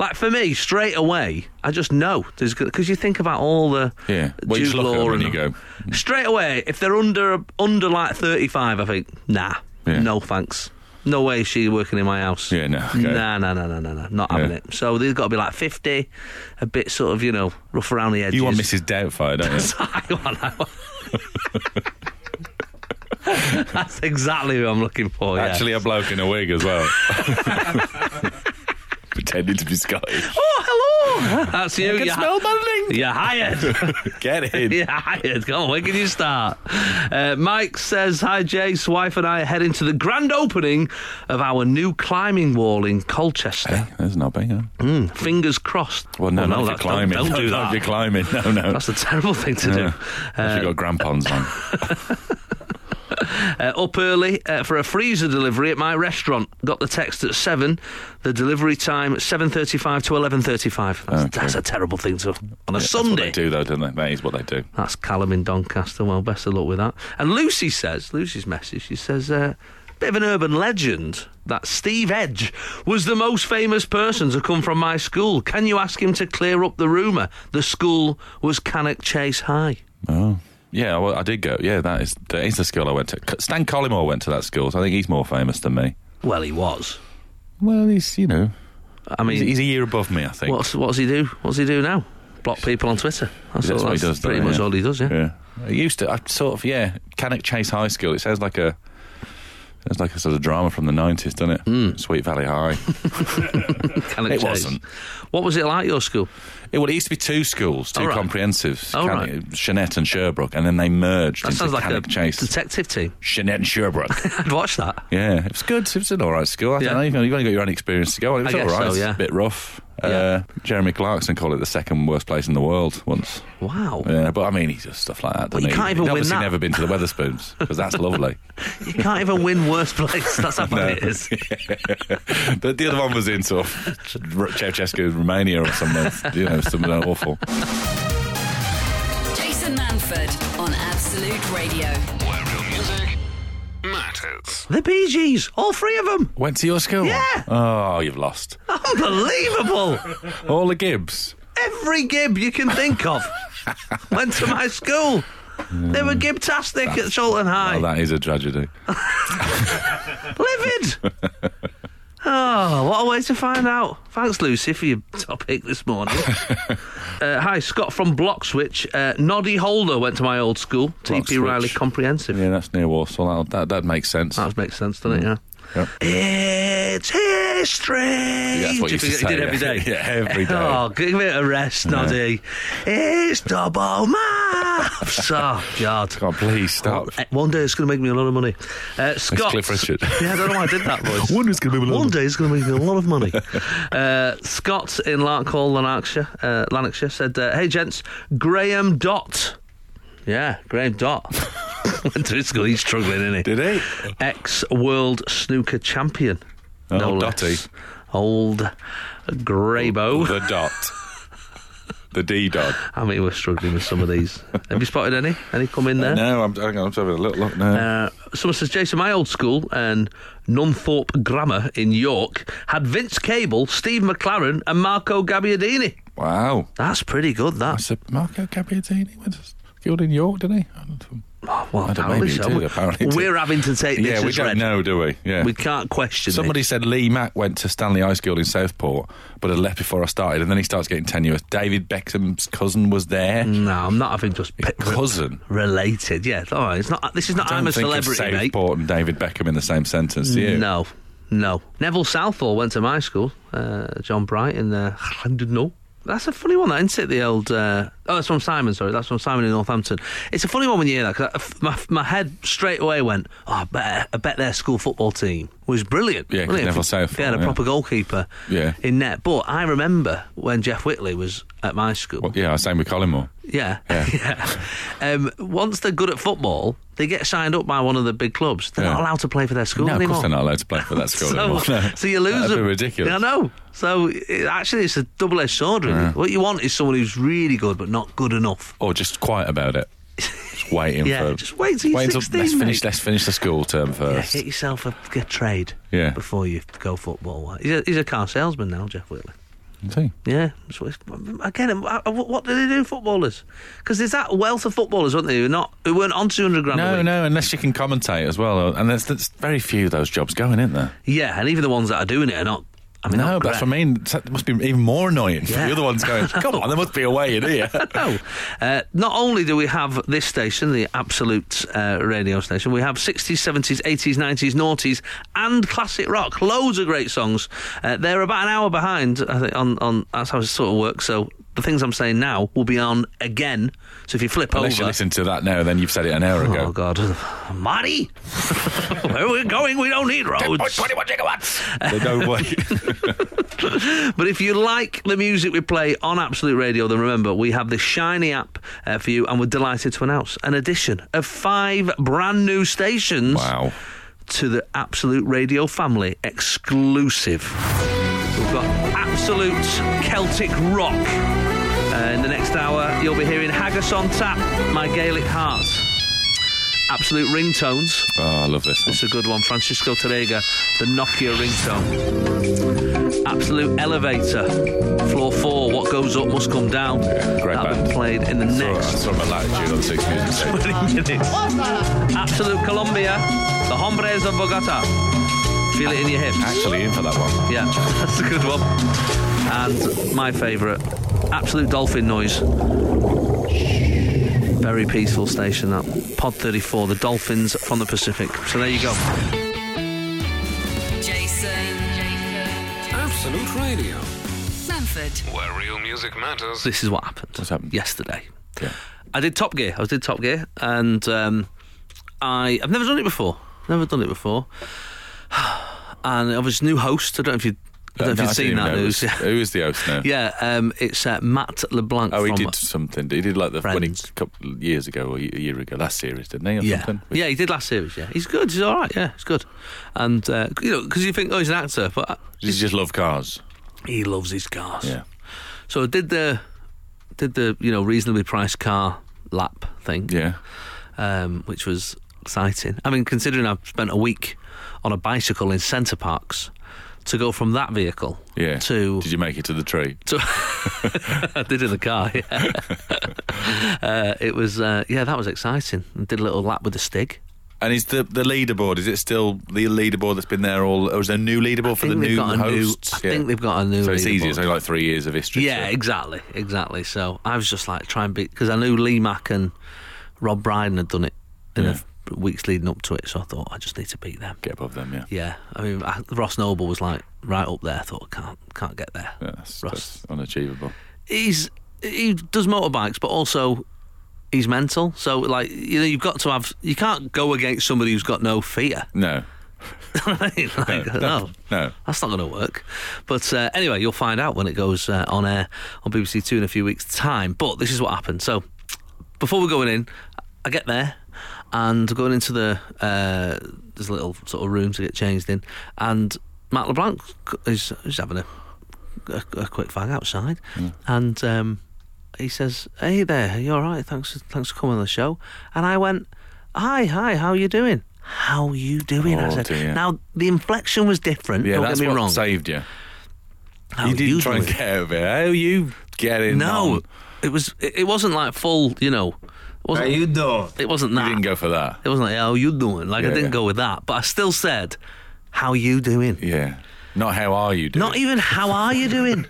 like for me, straight away, I just know there's because you think about all the Yeah. Well, you Jude just look at Law them and and- you go, Straight away, if they're under under like thirty five, I think nah, Yeah. no thanks, no way is she working in my house. Yeah, no, okay. nah, nah, nah, nah, nah, nah, not having Yeah. it. So there's got to be like fifty, a bit sort of you know rough around the edges. you want Mrs. Doubtfire, don't you? I want- I want- That's exactly who I'm looking for. Yeah. Actually, a bloke in a wig as well. Pretending to be Scottish. oh hello, that's you. can You're, smell muddling. you're hired. Get in. Yeah, hired. Come on, when can you start? Uh, Mike says, Hi, Jace. Wife and I are heading to the grand opening of our new climbing wall in Colchester. There's knobby, yeah. Mm, fingers crossed. Well, no, not if you're that's- climbing. Don't, don't do Not if that. you're climbing. No, no. That's a terrible thing to yeah. do. Unless Uh, you've got crampons on. uh, up early uh, for a freezer delivery at my restaurant. Got the text at seven. The delivery time seven thirty-five to eleven thirty-five. That's, Okay. that's a terrible thing to on a That's what Sunday. they do, though, don't they? That is what they do. That's Callum in Doncaster. Well, best of luck with that. And Lucy says, Lucy's message, she says, uh, bit of an urban legend that Steve Edge was the most famous person to come from my school. Can you ask him to clear up the rumour? The school was Cannock Chase High. Oh. Yeah, well, I did go. Yeah, that is that is the school I went to. C- Stan Collymore went to that school, so I think he's more famous than me. Well, he was. Well, he's, you know, I he's, mean, he's a year above me, I think. what's, what does he do? What does he do now? Block people on Twitter. That's, That's all, what he that's does, pretty don't he? much Yeah. all he does, yeah. Yeah. I used to, I sort of, yeah, Cannock Chase High School. It sounds like a. It's like a sort of drama from the 90s, doesn't it? Sweet Valley High. Cannock Hmm. It Chase. wasn't. What was it like, your school? Yeah, well, it used to be two schools, two All right. comprehensives, All Cannock- Shanette and Sherbrooke, and then they merged That into sounds like a Cannock Chase. detective team. Shanette and Sherbrooke. I'd watch that. yeah, it was good. It was an all right school. I Yeah. don't know. You've only, you've only got your own experience to go on. It was I all guess right. so, yeah. It's a bit rough. Yeah. Uh, Jeremy Clarkson called it the second worst place in the world once. Wow. Yeah, but I mean, he does stuff like that. Well, doesn't you he? can't even He'd win obviously that. never been to the Weatherspoons because that's lovely. You can't even win worst place. That's how bad it is. But the other one was in sort of Ceausescu, Romania or something. you know, something awful. Jason Manford on Absolute Radio. Where real music matters. The Bee Gees, all three of them. Went to your school? Yeah. Oh, you've lost. Unbelievable. All the Gibbs. Every gib you can think of went to my school. They were gimtastic at Salton High. Oh, that is a tragedy. Livid. oh, what a way to find out. Thanks, Lucy, for your topic this morning. uh, hi, Scott from Blockswich. Uh, Noddy Holder went to my old school, TP Blockswich. Riley Comprehensive. Yeah, that's near Warsaw. That'll, that that makes sense. That makes sense, doesn't it? Yeah. Mm. Yep. It's history. Yeah, that's what you Do used to think say, it did every day. yeah. Yeah, every day. Oh, give it a rest, Noddy. It's double maths. oh, God. God, please stop. Eh, One day it's going to make me a lot of money. Uh, Scott. Cliff Richard. Yeah, I don't know why I did that voice. One day it's gonna make me a lot of One money. day it's going to make me a lot of money. uh, Scott in Larkhall, Lanarkshire, uh, Lanarkshire said, uh, Hey, gents, Graham Dot. Yeah, Graham Dot. Went to his school. He's struggling, isn't he? Did he? Ex world snooker champion. Oh, Dotty. less. Old Graybo. The dot. The D dot. I mean, we're struggling with some of these. Have you spotted any? Any come in there? Uh, No, I'm, hang on, I'm just having a little look now. Uh, someone says, Jason, my old school and Nunthorpe Grammar in York had Vince Cable, Steve McLaren, and Marco Gabbiadini. wow. That's pretty good, that. That's a Marco Gabbiadini was killed in York, didn't he? I don't know. Oh, Well, I don't know, maybe he did, We- apparently did. We're having to take this Yeah, we as don't read. know, do we? Yeah. We can't question it. Somebody said Lee Mack went to Stanley High School in Southport, but had left before I started, and then he starts getting tenuous. David Beckham's cousin was there. No, I'm not having just pick Cousin. related. Yeah, all right. It's not. This is not. Don't I'm a think of celebrity, mate. Southport and David Beckham in the same sentence, do you? No, no. Neville Southall went to my school, uh, John Bright in the no. That's a funny one, that isn't it? The old uh, oh, that's from Simon. Sorry, that's from Simon in Northampton. It's a funny one when you hear that because my my head straight away went, oh, I bet, I bet their school football team was brilliant. Yeah, 'cause wasn't it? Neville If They Southall, had a yeah. proper goalkeeper. Yeah. in net. But I remember when Jeff Whitley was at my school. Well, yeah, same with Collingwood. Yeah. yeah. Um, once they're good at football, they get signed up by one of the big clubs. They're not Yeah. allowed to play for their school No, of anymore. course they're not allowed to play for that school anymore. so, No. so you lose That'd be them. ridiculous. Yeah, I know. So it, actually, it's a double-edged sword. Really. What you want is someone who's really good but not good enough. Or just quiet about it. Just waiting Yeah, for. just wait till you're wait 16, let's finish. mate. Let's finish the school term Yeah, first. get yourself a, a trade Yeah. before you go football. He's a, he's a car salesman now, Jeff Whitley. See? Yeah, so it's, again, I- I- what do they do, footballers? Because there's that wealth of footballers, weren't they? Who not who weren't on 200 grand. a No, week. no, unless you can commentate as well. And there's, there's very few of those jobs going, isn't there? Yeah, and even the ones that are doing it are not. I mean, no, not but for great. me, that must be even more annoying. Yeah. The other one's going, come on, there must be a way in here. No. Uh, not only do we have this station, the absolute uh, radio station, we have 60s, 70s, 80s, 90s, noughties, and classic rock. Loads of great songs. Uh, they're about an hour behind, I think, on, on that's how it sort of works. So the things I'm saying now will be on again. So if you flip Unless you over. listen to that now, then you've said it an hour Oh, ago. God. Marty! Where we're going, we don't need roads. 21 gigawatts. There's no way. But if you like the music we play on Absolute Radio, then remember we have the Shiny app uh, for you, and we're delighted to announce an addition of five brand new stations wow. to the Absolute Radio family exclusive. We've got Absolute Celtic Rock. Uh, in the next hour, you'll be hearing Haggis on Tap, My Gaelic Heart. Absolute Ringtones. Oh, I love this. Song. It's a good one. Francisco Terega, the Nokia ringtone. Absolute elevator. Floor four. What goes up must come down. great That'll be band. played in the I next saw my latitude on six music. Station. 20 minutes. Absolute Colombia. The Hombres of Bogota. Feel it in your hips. Actually, in for that one. Yeah, that's a good one. And my favourite, absolute dolphin noise. Very peaceful station that. Pod 34, the dolphins from the Pacific. So there you go. Jason. Jason. Absolute Radio, Manford. where real music matters. this is what happened. What's happened? yesterday? Yeah. I did Top Gear. I was did Top Gear, and um, I I've never done it before. Never done it before. And I was new host. I don't know if you. I don't know if Uh, No, you've I seen do that know. news. Who's- Who is the host now? yeah, um, it's uh, Matt LeBlanc. Oh, he from- did something. He did like the when he, Friends. a couple years ago or a year ago, last series, didn't he? Or Yeah, something? yeah, he did last series. Yeah, he's good. He's all right. Yeah, he's good. And uh, you know, because you think, oh, he's an actor, but uh, Does he just love cars? he loves his cars. Yeah. So I did the did the you know reasonably priced car lap thing. Yeah. um, which was exciting. I mean, considering I've spent a week on a bicycle in centre parks, to go from that vehicle Yeah. to Did you make it to the tree? So I did in the car. Yeah. uh, it was uh, yeah, that was exciting. I did a little lap with the stick. And is the the leaderboard? Is it still the leaderboard that's been there all? Or is there a new leaderboard for the think they've new got a new- hosts? I think they've got a new So it's easier. leaderboard. So like three years of history. Yeah, exactly, exactly. So I was just like trying to be because I knew Lee Mack and Rob Brydon had done it in Yeah. the the weeks leading up to it. So I thought I just need to beat them. Get above them. Yeah. Yeah, I mean I, Ross Noble was like right up there. I thought can't can't get there. Yeah, that's, Ross, that's unachievable. he's he does motorbikes, but also he's mental. So like you know, you've got to have you can't go against somebody who's got no fear. No. I mean, like, No, no, no. that's not going to work. But uh, anyway, you'll find out when it goes uh, on air on BBC Two in a few weeks' time. But this is what happened. So before we're going in, I get there and going into the uh, there's a little sort of room to get changed in, and Matt LeBlanc is, is having a, a a quick fag outside, Hmm. and um, he says, "Hey there, are you all right? Thanks, thanks for coming on the show." And I went, "Hi, hi, how you doing?" How you doing? I Oh, said. dear. Now the inflection was different. Yeah, don't that's get me what wrong. saved you. How you didn't try and doing? get over it. Oh, you getting No, on. it was. It it wasn't like full. You know. it Wasn't, you doing? It wasn't You that. didn't go for that. It wasn't like how you doing. Like I Yeah, didn't yeah. go with that, but I still said, "How you doing?" Yeah. Not how are you doing? Not even how are you doing?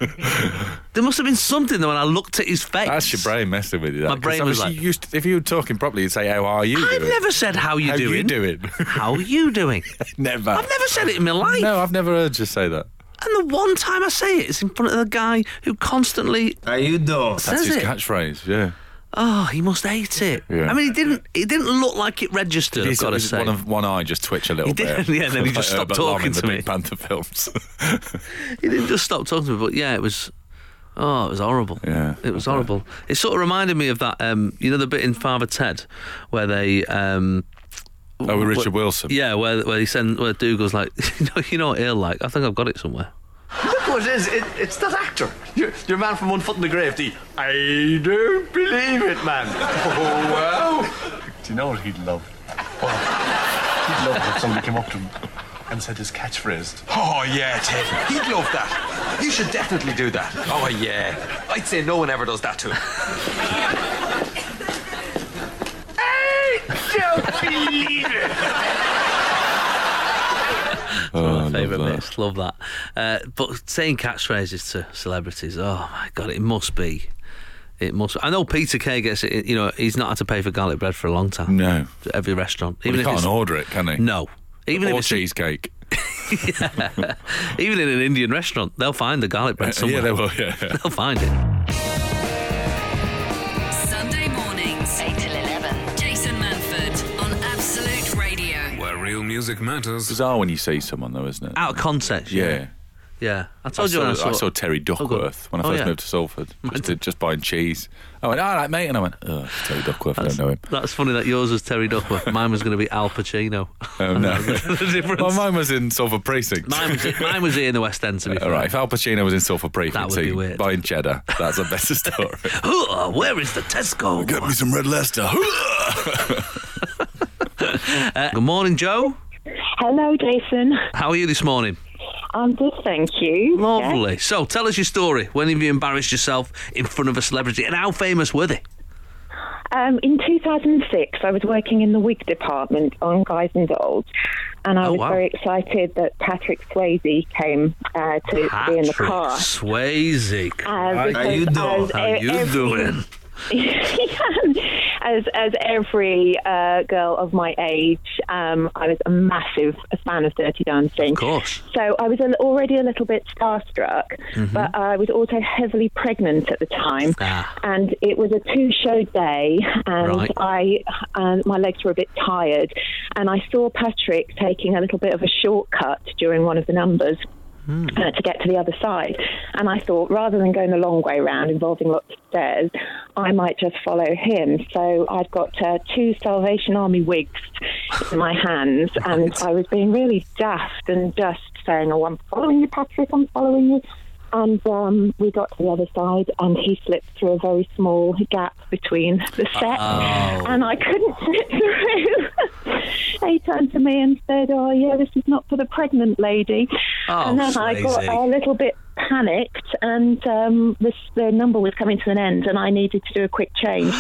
there must have been something though when I looked at his face. That's your brain messing with you. That. My 'Cause brain was obviously like- you used to- if you were talking properly, you'd say, "How are you?" I've doing? never said how you How doing. you doing? How you doing? never. I've never said it in my life. No, I've never heard you say that. And the one time I say it, it's in front of the guy who constantly How you doing? That's Says his it. catchphrase. Yeah. Oh, he must hate it. Yeah. I mean, he didn't. He didn't look like it registered. I've He's got to he's say. one, of, one eye just twitch a little He bit. did, yeah, then he just stopped Herbert Lom talking in the to me. Big Panther films. he didn't just stop talking to me, but yeah, it was. Oh, it was horrible. Yeah, it was horrible. It sort of reminded me of that. Um, you know the bit in Father Ted where they. Um, oh, with Richard where- Wilson. Yeah, where where he send where Dougal's like, you know, you know what he'll like. I think I've got it somewhere. Look what it is. It, it's that actor. Your, your man from One Foot in the Grave. The I don't believe it, man. Oh, wow. Do you know what he'd love? Well, he'd love if somebody came up to him and said his catchphrase. Oh, yeah, Ted. He'd love that. You should definitely do that. Oh, yeah. I'd say no one ever does that to him. Oh, my favourite bits. Love that. Uh, but saying catchphrases to celebrities, oh my god, it must be. It must. I know Peter Kay gets it. You know, he's not had to pay for garlic bread for a long time. No. every restaurant, Well, he if can't it's- order it, can he? No, even or if it's, cheesecake. even in an Indian restaurant, they'll find the garlic bread somewhere. Uh, Yeah, they will. Yeah. They'll find it. Sunday mornings, 8 till 11. Jason Manford on Absolute Radio. Where real music matters. Bizarre when you see someone, though, isn't it? Out of context. Yeah. Yeah. I told you saw, when I saw. Terry Duckworth when I Oh, first yeah. moved to Salford. Just, did- just buying cheese. I went, all right, mate. And I went, oh, it's Terry Duckworth, I don't know him. That's funny that yours was Terry Duckworth. Mine was going to be Al Pacino. Oh, no. the difference. well, mine was in Salford Precinct. Mine was, mine was here in the West End, to be fair. All right, if Al Pacino was in Salford Precinct, That would be he'd weird. buying cheddar, that's a better story. Huh, Where is the Tesco? Get me some Red Leicester. Uh, good morning, Joe. Hello, Jason. How are you this morning? I'm good, thank you. Lovely. So, tell us your story. When have you embarrassed yourself in front of a celebrity, and how famous were they? Um, in 2006, I was working in the wig department on Guys and Dolls, and I Oh, was wow. very excited that Patrick Swayze came uh, to be in the Patrick car. Swayze. Uh, because as How e- you every- doing? as as every uh, girl of my age, um, I was a massive fan of Dirty Dancing. Of course. So I was al- already a little bit starstruck, Mhm. Mm-hmm. but I was also heavily pregnant at the time, Ah. and it was a two-show day, and Right. I um, my legs were a bit tired, and I saw Patrick taking a little bit of a shortcut during one of the numbers Hmm. uh, to get to the other side. And I thought, rather than going the long way round involving lots of stairs, I might just follow him. So I'd got uh, two Salvation Army wigs in my hands, and I was being really daft and just saying, "Oh, I'm following you, Patrick. I'm following you." And um, we got to the other side, and he slipped through a very small gap between the set, Oh. and I couldn't slip through. he turned to me and said, "Oh, yeah, this is not for the pregnant lady." Oh, and then I got Swayze. a little bit panicked, and um, this, the number was coming to an end, and I needed to do a quick change.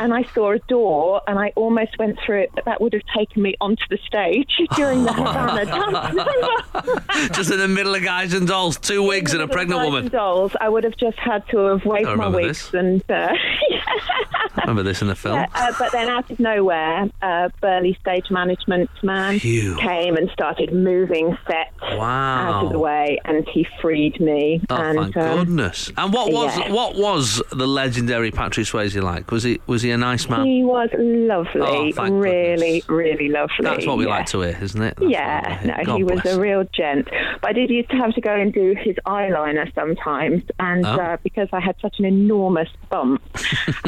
and I saw a door, and I almost went through it, but that would have taken me onto the stage during the Havana dance. Just in the middle of guys and dolls, two wigs and a pregnant Guys woman. and Dolls, I would have just had to have waved I my remember wigs and. Uh, I remember this in the film. yeah, uh, but then out of nowhere, uh, Burley stage management man Phew. came and started moving set out Wow. of the way, and he freed me. Oh, and, thank um, goodness! And what was yeah. what was the legendary Patrick Swayze like? Was he was he a nice man? He was lovely, Oh, thank really, really lovely. That's what we yeah. like to hear, isn't it? yeah, no, God he was bless. a real gent. But I did used to have to go and do his eyeliner sometimes, and Oh. uh, because I had such an enormous bump,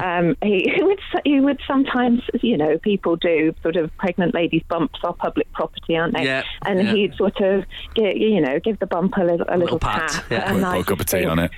um, he, he would s- he would sometimes, you know, people do sort of pregnant ladies' bumps are public property, aren't they? Yeah, And yeah. he'd sort of get, you know give the bump a little, a little, pat, pat, and I Put a cup of tea on it.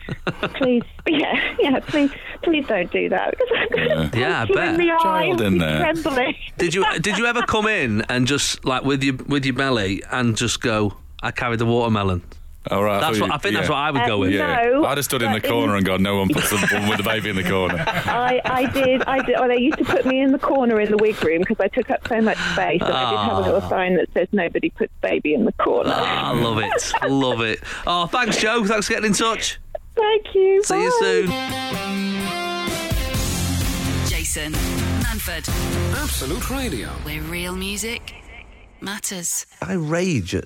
please, yeah, yeah, please, please don't do that because I'm going to Yeah, I you in bet. the eye. Child in He's there. trembling. Did you did you ever come in and just like with your with your belly and just go? I carried the watermelon. All right, That's thought what- you- I think that's what I would go with. Yeah. no, I'd have stood in the but corner and gone, no one puts the one with the baby in the corner. I, I did. I did. Oh, they used to put me in the corner in the wig room because I took up so much space. And I did have a little sign that says nobody puts baby in the corner. Ah, love it, love it. Oh, thanks, Joe. Thanks for getting in touch. Thank you. See you soon. Jason Manford. Absolute Radio. Where real music matters. I rage at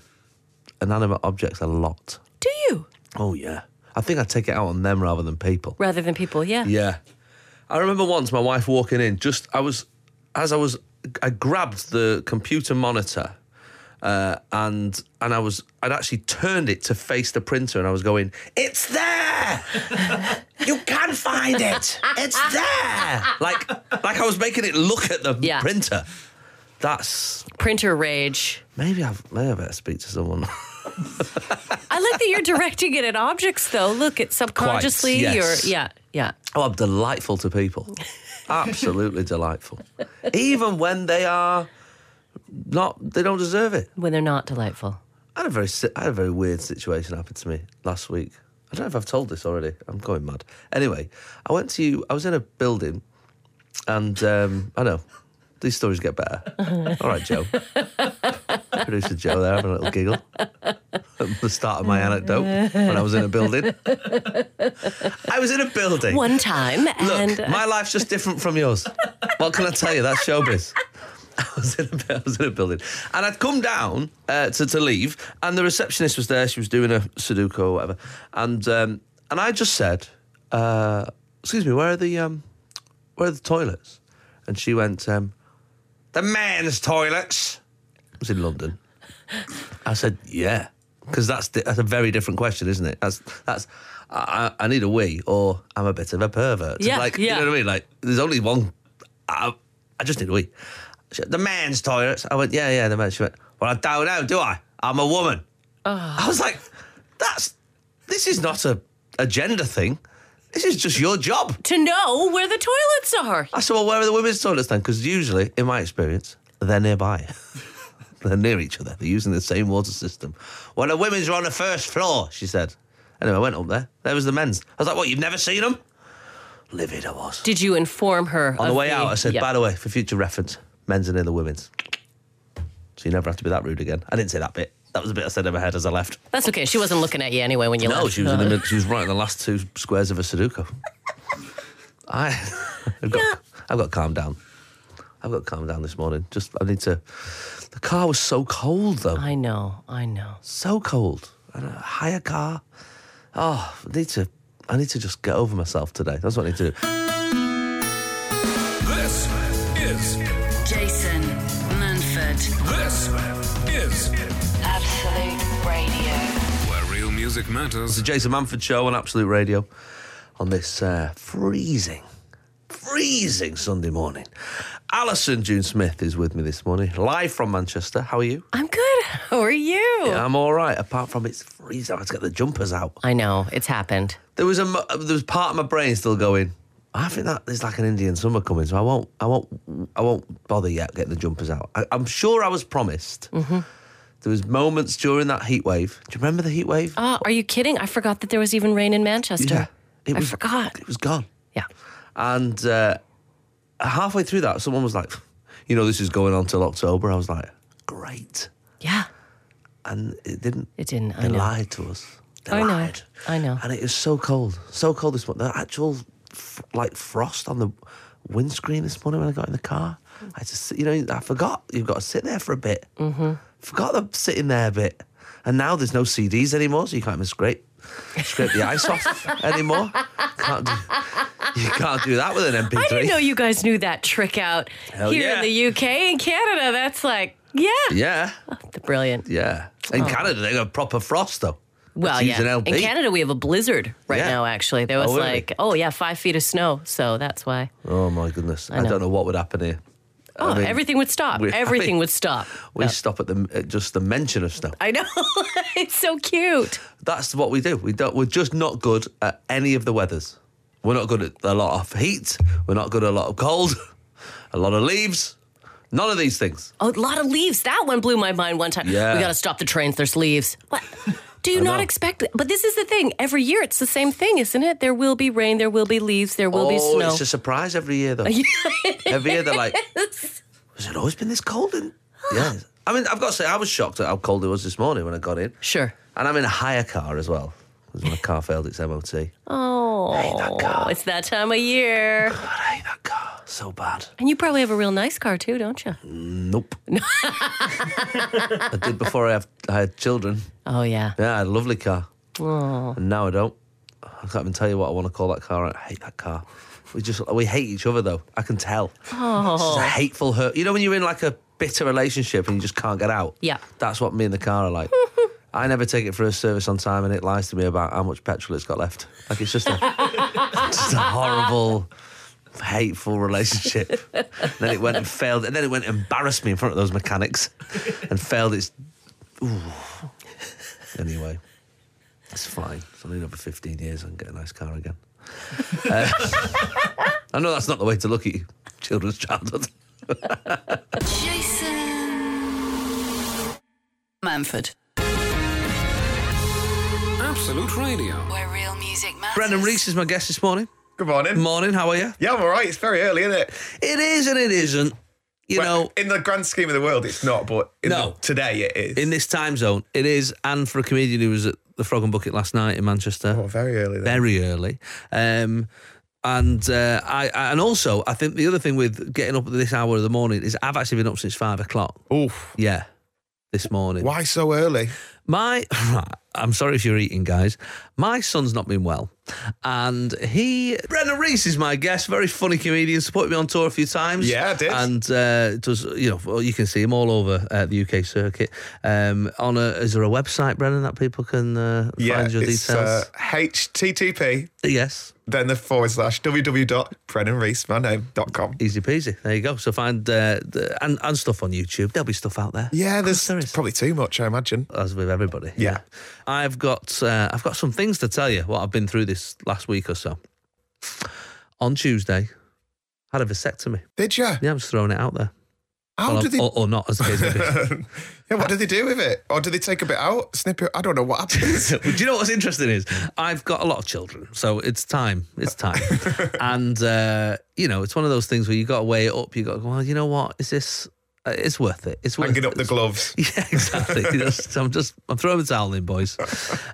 inanimate objects a lot. Do you? Oh yeah, I think I take it out on them rather than people. Rather than people, yeah. Yeah. I remember once my wife walking in, just I was, as I was, I grabbed the computer monitor. Uh, and and I was I'd actually turned it to face the printer and I was going it's there you can find it it's there like like I was making it look at the printer that's printer rage maybe I've maybe I better speak to someone I like that you're directing it at objects, though. Look, it's subconsciously. yes. You're, yeah, yeah. Oh, I'm delightful to people. Absolutely delightful. Even when they are not, they don't deserve it. When they're not delightful. I had a very, si- I had a very weird situation happen to me last week. I don't know if I've told this already. I'm going mad. Anyway, I went to, I was in a building, and um, I know these stories get better. All right, Joe. Producer Joe there having a little giggle at the start of my anecdote when I was in a building. I was in a building. One time, and Look, my life's just different from yours. What can I tell you? That's showbiz. I was in a, I was in a building, and I'd come down uh, to to leave, and the receptionist was there. She was doing a Sudoku or whatever, and um, and I just said, uh, "Excuse me, where are the um, where are the toilets?" And she went, um, "The men's toilets." It was in London. I said, "Yeah," because that's di- that's a very different question, isn't it? That's that's I, I I need a wee, or I'm a bit of a pervert. Yeah, like yeah. you know what I mean. Like there's only one. I, I just need a wee. She went, the man's toilets. I went, yeah, yeah, the man. She went, well, I don't know, do I? I'm a woman. I was like, that's this is not a, a gender thing. This is just your job. To know where the toilets are. I said, well, where are the women's toilets then? Because usually, in my experience, they're nearby. they're near each other. They're using the same water system. Well, the women's are on the first floor, she said. Anyway, I went up there. There was the men's. I was like, what, you've never seen them? Livid I was. Did you inform her On the of way out, I said, yeah. by the way, for future reference, men's are near the women's. So you never have to be that rude again. I didn't say that bit. That was a bit I said in my head as I left. That's okay. She wasn't looking at you anyway when you no, left. she was in the middle. She was right in the last two squares of a Sudoku. I, I've got, I've got calmed down. I've got calmed down this morning. Just, I need to. The car was so cold though. I know, I know. So cold. And a higher car. Oh, I need to. I need to just get over myself today. That's what I need to do. This is Jason Manford. This is Absolute Radio. Where real music matters. It's the Jason Manford Show on Absolute Radio on this uh, freezing, freezing Sunday morning. Alison June Smith is with me this morning, live from Manchester. How are you? I'm good. How are you? Yeah, I'm all right, apart from it's freezing. I had to get the jumpers out. I know it's happened. There was a mo- there was part of my brain still going. I think that there's like an Indian summer coming, so I won't I won't I won't bother yet getting the jumpers out. I, I'm sure I was promised. Mm-hmm. There was moments during that heat wave. Do you remember the heat wave? Ah, are you kidding? I forgot that there was even rain in Manchester. Yeah, it I was- forgot. It was gone. Yeah. And uh, halfway through that, someone was like, "You know, this is going on till October." I was like, "Great." Yeah. And it didn't. It didn't. They I know. lied to us. They I know. lied. I know. And it is so cold, so cold this morning. The actual f- like frost on the windscreen this morning when I got in the car. I just, you know, I forgot you've got to sit there for a bit. Mm-hmm. Forgot the sitting there bit. And now there's no CDs anymore, so you can't even scrape scrape the ice off anymore. Can't do, you can't do that with an MP3. I didn't know you guys knew that trick out Hell here in yeah. the UK and Canada. That's like, yeah. Yeah. Brilliant. Yeah. In Oh. Canada, they got proper frost though. Well, Let's use an yeah. LP. In Canada, we have a blizzard right Yeah. now. Actually, there Oh, was really? like, oh yeah, five feet of snow. So that's why. Oh my goodness! I I, know. don't know what would happen here. Oh, I mean, everything would stop. we- I everything mean- would stop. We stop at the at just the mention of snow. I know. it's so cute. That's what we do. We don't. We're just not good at any of the weathers. We're not good at a lot of heat. We're not good at a lot of cold. A lot of leaves. None of these things. A lot of leaves. That one blew my mind one time. Yeah. We got to stop the trains. There's leaves. What? Do you not expect? But this is the thing. Every year, it's the same thing, isn't it? There will be rain. There will be leaves. There will oh, be snow. it's a surprise every year though. every year they're like, has it always been this cold? And yeah, I mean, I've got to say, I was shocked at how cold it was this morning when I got in. Sure. And I'm in a higher car as well because my car failed its MOT. Oh, it's that time of year. So bad. And you probably have a real nice car too, don't you? Nope. I did before I, have, I had children. Oh, yeah. Yeah, I had a lovely car. Oh. And now I don't. I can't even tell you what I want to call that car. I hate that car. We just we hate each other though. I can tell. It's just a Oh. hateful hurt. You know when you're in like a bitter relationship and you just can't get out. Yeah. That's what me and the car are like. I never take it for a service on time, and it lies to me about how much petrol it's got left. Like it's just a just a horrible, hateful relationship. And then it went and failed, and then it went and embarrassed me in front of those mechanics, and failed its. Ooh. Anyway, it's fine. It's only another fifteen years. I can get a nice car again. Uh, I know that's not the way to look at you, children's childhood. Jason Manford. Absolute Radio. Where real music matters. Brendan Reese is my guest this morning. Good morning. Morning. How are you? Yeah, I'm all right. It's very early, isn't it? It is and it isn't. You know, in the grand scheme of the world, it's not. But in the, today it is. In this time zone, it is. And for a comedian who was at the Frog and Bucket last night in Manchester. Oh, very early. Very early. Um, and uh, I, I- and also I think the other thing with getting up at this hour of the morning is I've actually been up since five o'clock. Oof. Yeah. This morning. Why so early? My, I'm sorry if you're eating, guys. My son's not been well, and he, Brendan Reese is my guest. Very funny comedian. Supported me on tour a few times. Yeah, I did. And uh, does you know well, you can see him all over uh, the UK circuit. Um, on a, is there a website, Brendan, that people can uh, yeah, find your it's details? uh, http. Yes. Then the forward slash www.brennanreesmyname.com. Easy peasy. There you go. So find uh, the, and and stuff on YouTube. There'll be stuff out there. Yeah, there's probably too much, I imagine. As with everybody. Yeah. I've got uh, I've got some things to tell you. What I've been through this last week or so. On Tuesday, had a vasectomy. Did you? Yeah, I'm just throwing it out there. How Well, oh, do they- or, or not, as the case may be. yeah, what do they do with it? Or do they take a bit out, snip it? I don't know what happens. do you know what's interesting is I've got a lot of children, so it's time. It's time, and uh, you know it's one of those things where you got to weigh it up. You got to go. Well, you know what? Is this? Uh, it's worth it. It's worth Hanging it. up the gloves. Yeah, exactly. Just- I'm just I'm throwing the towel in, boys.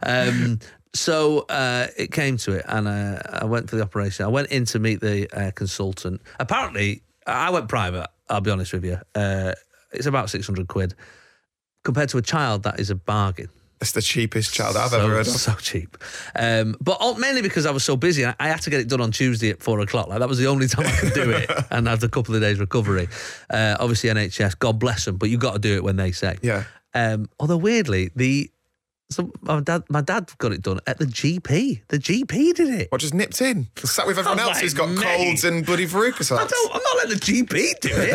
Um, so uh, it came to it, and uh, I went for the operation. I went in to meet the uh, consultant. Apparently, I went private. I'll be honest with you. Uh, it's about six hundred quid compared to a child. That is a bargain. It's the cheapest child I've So- ever heard of. So cheap, um, but all- mainly because I was so busy, I I had to get it done on Tuesday at four o'clock. Like that was the only time I could do it, and I had a couple of days recovery. Uh, obviously NHS, God bless them, but you got to do it when they say. Yeah. Um, although weirdly, the so my dad, my dad got it done at the GP. The GP did it. Or just nipped in. Sat with everyone I'm else who's like, got Oh "Mate." colds and bloody verrucas. I don't. I'm not letting the GP do it.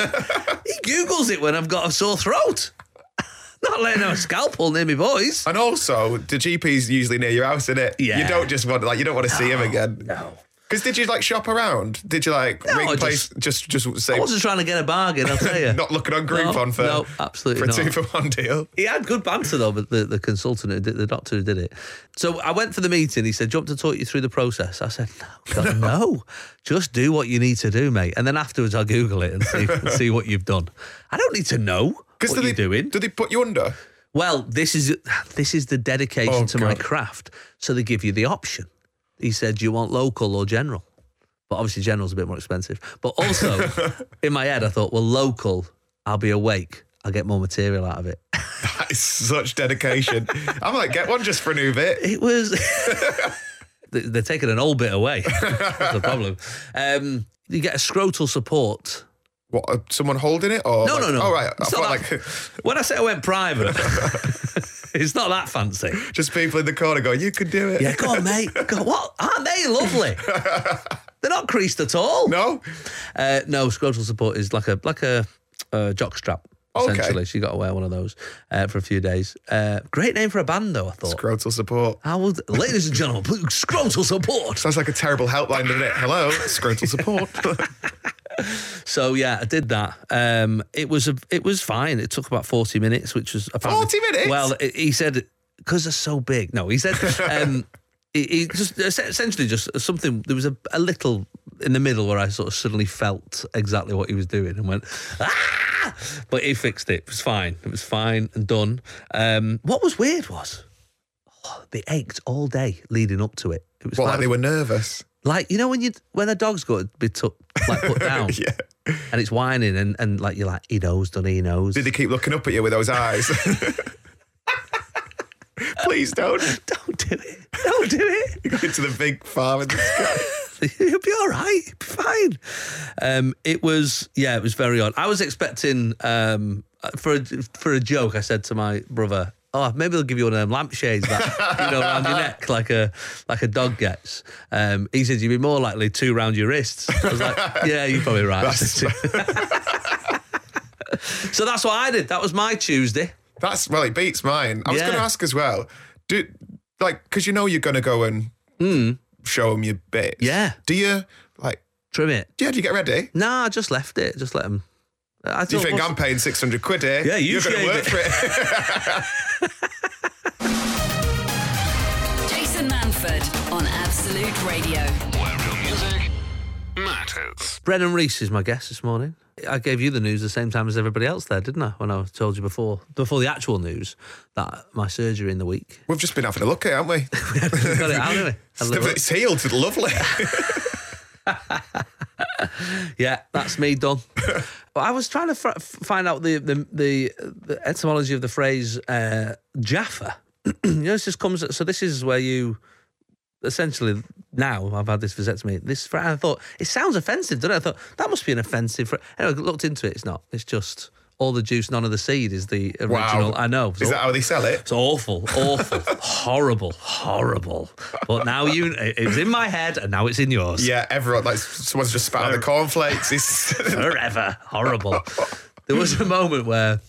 he googles it when I've got a sore throat. Not letting a scalpel near me boys. And also, the GP's usually near your house, is it? Yeah. You don't just want like you don't want to see him again. No. Because did you like shop around? Did you like No, ring I place? Just just, say. I wasn't trying to get a bargain, I'll tell you. Not looking on Groupon no, for- No, absolutely for not. two for one deal. He had good banter, though, but the, the consultant, who did, the doctor who did it. So I went for the meeting. He said, Do you want to talk you through the process? I said, No, God, no. Just do what you need to do, mate. And then afterwards, I'll Google it and see, see what you've done. I don't need to know what you're doing. Do they put you under? Well, this is this is the dedication Oh, to my God. craft. So they give you the option. He said, "Do you want local or general?" But obviously, general's a bit more expensive. But also, in my head, I thought, "Well, local, I'll be awake. I'll get more material out of it." That is such dedication. I might get one just for a new bit. It was. They- They're taking an old bit away. That's the problem. Um, you get a scrotal support. What? uh, Someone holding it? Or No, like- no, no. All right. I It's felt not like when I say I went private, it's not that fancy. just people in the corner going, "You could do it." Yeah, go on, mate. Go on. What? Aren't they lovely? They're not creased at all. No. Uh, no, scrotal support is like a like a uh, jock strap. Okay. Essentially, she got to wear one of those uh, for a few days. Uh, great name for a band, though. I thought. Scrotal support. I would, ladies and gentlemen, please, scrotal support. Sounds like a terrible helpline, doesn't it? Hello, scrotal support. So yeah, I did that. Um, it was a, it was fine. It took about forty minutes, which was apparently, 40 minutes? Well, i he said because they're so big. No, he said um, he, he just es- essentially just something. There was a, a little in the middle where I sort of suddenly felt exactly what he was doing and went ah, but he fixed it. It was fine. It was fine and done. Um, what was weird was oh, they ached all day leading up to it. It was What? like- Like they were nervous. like you know when you when a dog's got to be took like put down, and it's whining and, and like you're like he knows, done he knows. Did they keep looking up at you with those eyes? Please don't. Don't do it. Don't do it. You go into the big farm in the sky. You'll be all right. You'll be fine. Um, it was yeah, it was very odd. I was expecting um, for a, for a joke. I said to my brother, "Oh, maybe they'll give you one of them lampshades that you know around your neck, like a like a dog gets." Um, he said, "You'd be more likely two round your wrists." I was like, "Yeah, you're probably right." so that's what I did. That was my Tuesday. That's well, it beats mine. I was Yeah. going to ask as well. Do like because you know you're going to go and show them your bits. Hmm. Yeah. Do you like trim it? Yeah. Do you get ready? No, I just left it. Just let them. I Do you thought, think what's- I'm paying six hundred quid here? Yeah, you are going to shave work it. for it. Jason Manford on Absolute Radio. Where real music matters. Brennan Reese is my guest this morning. I gave you the news the same time as everybody else there, didn't I? When I told you before, before the actual news, that my surgery in the week. We've just been having a look at, it, haven't we? Got it out, haven't we? Had a little look. it's healed. It's lovely. Yeah, that's me done. but I was trying to f- find out the, the the the etymology of the phrase uh, Jaffa. you know, this just comes. So this is where you essentially now I've had this vasectomy. This fr- I thought it sounds offensive, doesn't it? I thought that must be an offensive. Fr-. Anyway, I looked into it. It's not. It's just all the juice, none of the seed is the original. I know. Is that how they sell it? It's awful, awful, horrible, horrible. But now you, it- it's in my head, and now it's in yours. Yeah, everyone like someone's just spat on the cornflakes. It's forever horrible. there was a moment where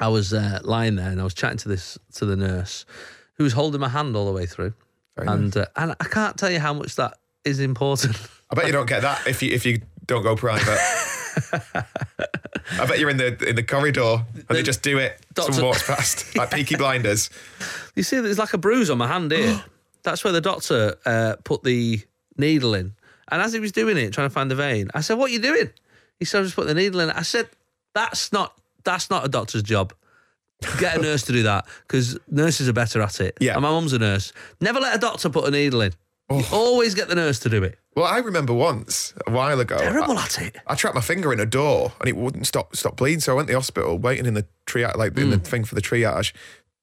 I was uh, lying there and I was chatting to this to the nurse who was holding my hand all the way through, and uh, and I can't tell you how much that is important. I bet you don't get that if you if you don't go private. I bet you're in the in the corridor and they just do it. Doctor- Someone walks past like Peaky Blinders. You see, there's like a bruise on my hand here. That's where the doctor uh, put the needle in, and as he was doing it, trying to find the vein, I said, "What are you doing?" He said, "I just put the needle in." I said, "That's not that's not a doctor's job." Get a nurse to do that because nurses are better at it. Yeah. And my mum's a nurse. Never let a doctor put a needle in. You always get the nurse to do it. Well, I remember once a while ago. Terrible I, at it. I trapped my finger in a door and it wouldn't stop stop bleeding, so I went to the hospital, waiting in the triage, like in Mm. the thing for the triage.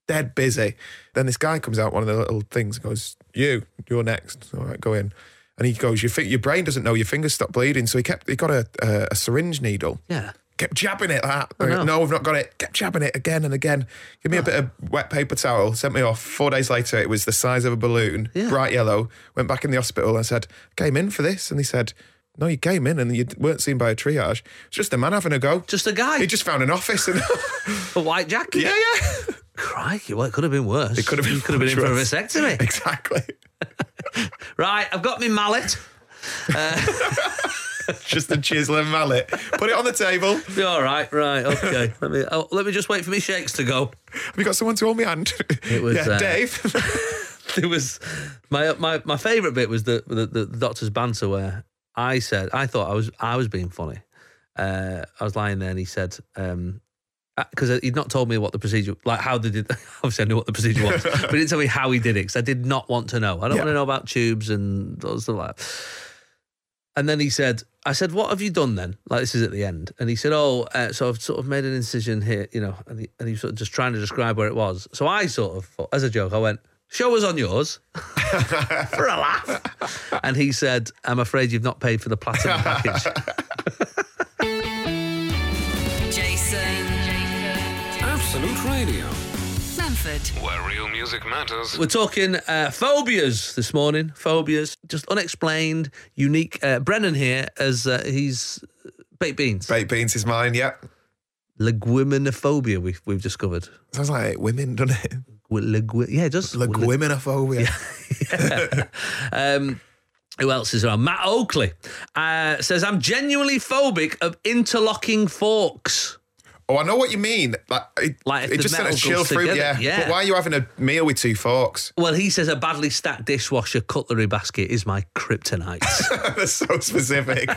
Dead busy. Then this guy comes out one of the little things and goes, "You, you're next. All right, go in." And he goes, "Your fi- your brain doesn't know your fingers stopped bleeding, so he kept he got a a, a syringe needle." Yeah. Kept jabbing it like that. Oh, no. Ah. No, I've not got it. Kept jabbing it again and again. Give me a bit of wet paper towel. Sent me off. Four days later, it was the size of a balloon, bright yellow. Went back in the hospital and said, came in for this. And they said, No, you came in and you weren't seen by a triage. It's just a man having a go. Just a guy. He just found an office and a white jacket. Yeah, yeah. Crikey, well, it could have been worse. It could have been. You could have been in for a worse. vasectomy. Exactly. right, I've got my mallet. just a chisel and mallet. Put it on the table. All right, right, okay. let me oh, let me just wait for my shakes to go. Have you got someone to hold my hand? It was yeah, uh, Dave. It was my my my favourite bit was the, the the doctor's banter where I said I thought I was I was being funny. Uh, I was lying there and he said. Um, because he'd not told me what the procedure, like how they did. Obviously, I knew what the procedure was, but he didn't tell me how he did it because I did not want to know. I don't Yeah. want to know about tubes and all stuff like. that. And then he said, "I said, what have you done then? Like this is at the end." And he said, "Oh, uh, so I've sort of made an incision here, you know." And he, and he was sort of just trying to describe where it was. So I sort of, thought- as a joke, I went, "Show us on yours," for a laugh. And he said, "I'm afraid you've not paid for the platinum package." Jason. Absolute Radio. Manford. Where real music matters. We're talking uh, phobias this morning. Phobias, just unexplained, unique. Uh, Brennan here, as uh, he's baked beans. Baked beans is mine. Yeah. Leguiminophobia. We've we've discovered. Sounds like women, doesn't it? Legui- yeah, it does. Leguiminophobia. um, who else is around? Matt Oakley uh, says, "I'm genuinely phobic of interlocking forks." Oh, I know what you mean. Like, it, Like if it the just sent a metal chill goes through. together, Yeah. yeah. But why are you having a meal with two forks? Well, he says a badly stacked dishwasher cutlery basket is my kryptonite. That's so specific.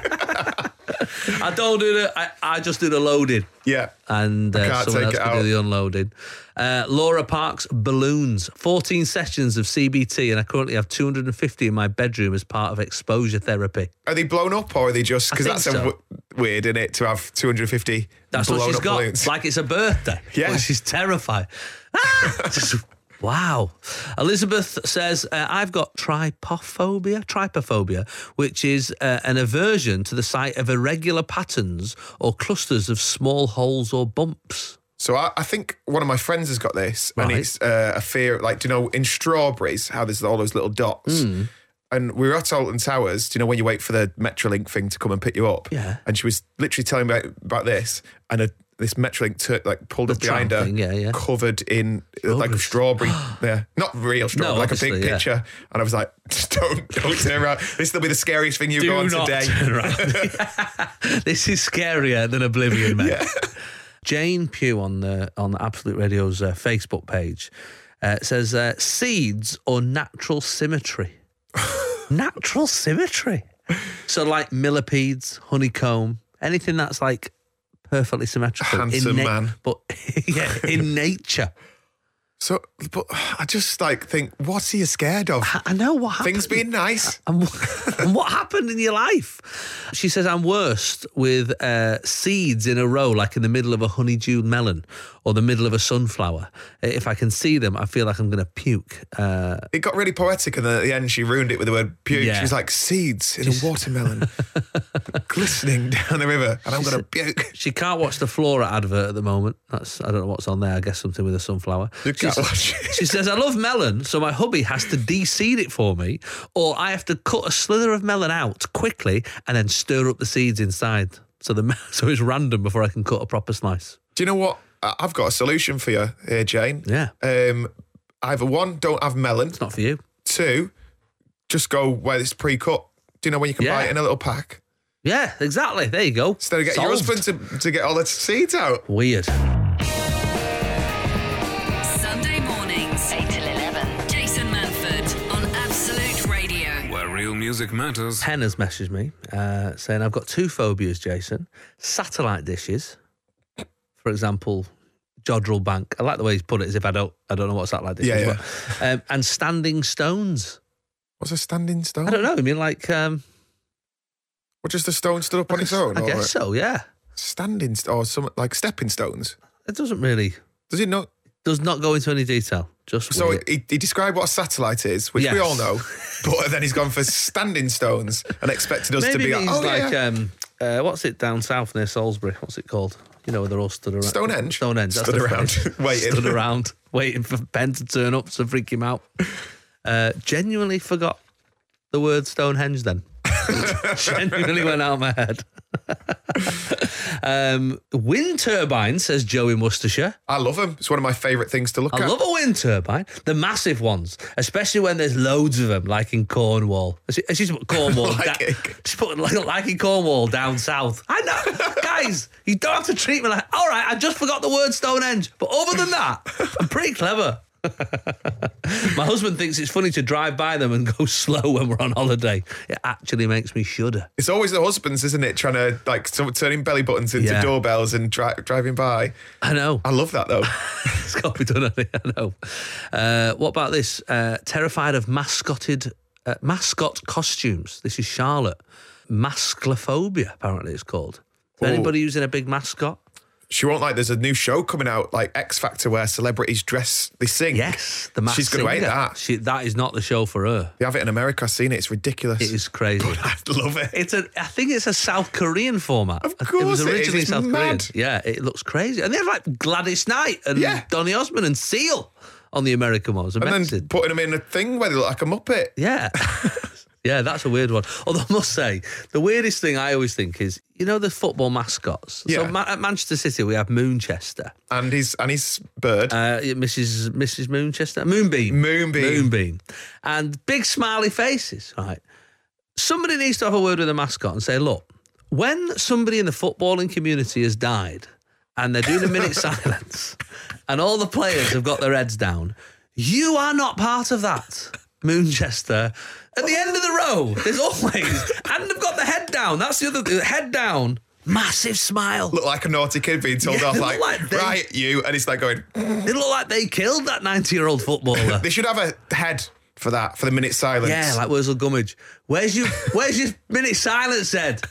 I don't do the. I, I just do the loaded. Yeah. And I uh, can't someone else take it can do out. the unloaded. Uh, Laura Parks balloons. 14 sessions of CBT, and I currently have 250 in my bedroom as part of exposure therapy. Are they blown up or are they just? I Because think that's so. a w- weird, isn't it? To have 250 That's blown what she's up got. balloons. Like it's a birthday. Yeah. Well, she's terrified. Ah! Just- wow. Elizabeth says, uh, I've got trypophobia, trypophobia, which is uh, an aversion to the sight of irregular patterns or clusters of small holes or bumps. So I, I think one of my friends has got this, Right. and it's uh, a fear. Like, do you know in strawberries how there's all those little dots? Hmm. And we were at Alton Towers. Do you know when you wait for the Metrolink thing to come and pick you up? Yeah. And she was literally telling me about, about this, and a, this Metrolink took like pulled up tram behind her, thing, yeah, yeah. covered in uh, like a strawberry. yeah, not real strawberry, like a big obviously, yeah. picture. And I was like, "Just don't, don't turn around. This will be the scariest thing you go on not today. turn around. this is scarier than Oblivion, mate. Jane Pugh on the on Absolute Radio's uh, Facebook page uh, says uh, seeds or natural symmetry. natural symmetry. So like millipedes, honeycomb, anything that's like perfectly symmetrical. Handsome na- man. but yeah, in nature. So, but I just like think, what's he scared of? I know what happened. Things being nice. And, wh- and what happened in your life? She says, I'm worst with uh, seeds in a row, like in the middle of a honeydew melon or the middle of a sunflower. If I can see them, I feel like I'm going to puke. Uh, It got really poetic, and then at the end, she ruined it with the word puke. Yeah. She was like, seeds in a watermelon glistening down the river, and I'm going to puke. she can't watch the Flora advert at the moment. That's I don't know what's on there. I guess something with a sunflower. You She can't says- watch She says, I love melon, so my hubby has to de-seed it for me, or I have to cut a slither of melon out quickly and then stir up the seeds inside. So the so it's random before I can cut a proper slice. Do you know what? I- I've got a solution for you here, Jane. Yeah. Um, either one, don't have melon. It's not for you. Two, just go where it's pre cut. Do you know when you can buy Yeah. it in a little pack? Yeah, exactly. There you go. Instead of getting Solved. your husband to, to get all the seeds out. Weird. Sunday mornings, 8 till 11. Jason Manford on Absolute Radio. Where real music matters. Pen has messaged me uh, saying, I've got two phobias, Jason. Satellite dishes, for example, Jodrell Bank. I like the way he's put it as if I don't I don't know what satellite dish Yeah, is. But, um, and standing stones. What's a standing stone? I don't know. I mean, like, um, Or just a stone stood up on its own? I or- guess so, yeah. Standing st- or some like stepping stones. It doesn't really. Does it not? Does not go into any detail. Just So weird. he, he described what a satellite is, which we Yes. all know, but then he's gone for standing stones and expected us Maybe to be it like, means oh, like, yeah. um, uh, what's it down south near Salisbury? What's it called? You know, where they're all stood around. Stonehenge? Stonehenge. that's Stood the around, phrase. waiting. Stood around, waiting for Ben to turn up to freak him out. Uh, genuinely forgot the word Stonehenge then. Genuinely went out my head. um, wind turbine, says Joe in Worcestershire. I love them. It's one of my favourite things to look I at. love a wind turbine. The massive ones, especially when there's loads of them, like in Cornwall. It's it's just Cornwall. Like da- just put, like, like in Cornwall down south. I know. Guys, you don't have to treat me like, all right, I just forgot the word Stonehenge. But other than that, I'm pretty clever. My husband thinks it's funny to drive by them and go slow when we're on holiday. It actually makes me shudder. It's always the husbands, isn't it? Trying to like so, turning belly buttons into Yeah. doorbells and dri- driving by. I know. I love that though. it's got to be done. hasn't it? I know. Uh, what about this? Uh, terrified of mascotted uh, mascot costumes. This is Charlotte. Masclophobia, apparently it's called. Is there Ooh. anybody using a big mascot? She won't like. There's a new show coming out, like X Factor, where celebrities dress, they sing. Yes, The Masked She's going to hate Singer. that. She, that is not the show for her. They have it in America. I've seen it. It's ridiculous. It is crazy. I love it. It's a. I think it's a South Korean format. Of course it was it is. originally It's South mad. Korean. Yeah, it looks crazy. And they have like Gladys Knight and Donny Osmond and Seal on the American ones. And then putting them in a thing where they look like a muppet. Yeah. yeah, that's a weird one. Although I must say, the weirdest thing I always think is, you know, the football mascots. So Ma- at Manchester City, we have Moonchester. And his and his bird. Uh, yeah, Mrs. Mrs. Moonchester. Moonbeam. Moonbeam. Moonbeam. And big smiley faces. Right. Somebody needs to have a word with the mascot and say, look, when somebody in the footballing community has died and they're doing a minute silence and all the players have got their heads down, you are not part of that. Moonchester. At the end of the row, there's always, and they've got the head down. That's the other thing. Head down, massive smile. Look like a naughty kid being told Yeah, off, they like, look like they- right, you. And it's like going, They look like they killed that 90 year old footballer. they should have a head for that, for the minute silence. Yeah, like Wurzel Gummidge. Where's your Where's your minute silence, Ed?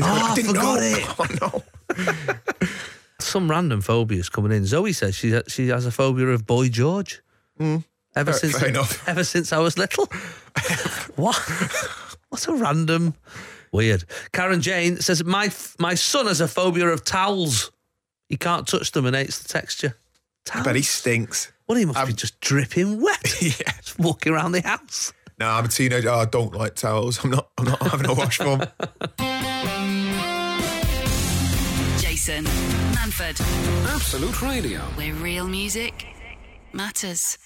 oh, I, didn't forgot know. it. Some random phobias coming in. Zoe says she she has a phobia of Boy George. Fair- Ever since fair enough. ever since I was little. what? What a random, weird. Karen Jane says my f- my son has a phobia of towels. He can't touch them and hates the texture. Ah. I bet he stinks. Well, he must be just dripping wet. yeah. Just walking around the house. No, I'm a teenager. Oh, I don't like towels. I'm not. I'm not having a wash, mum. Jason Manford. Absolute Radio. Where real music matters.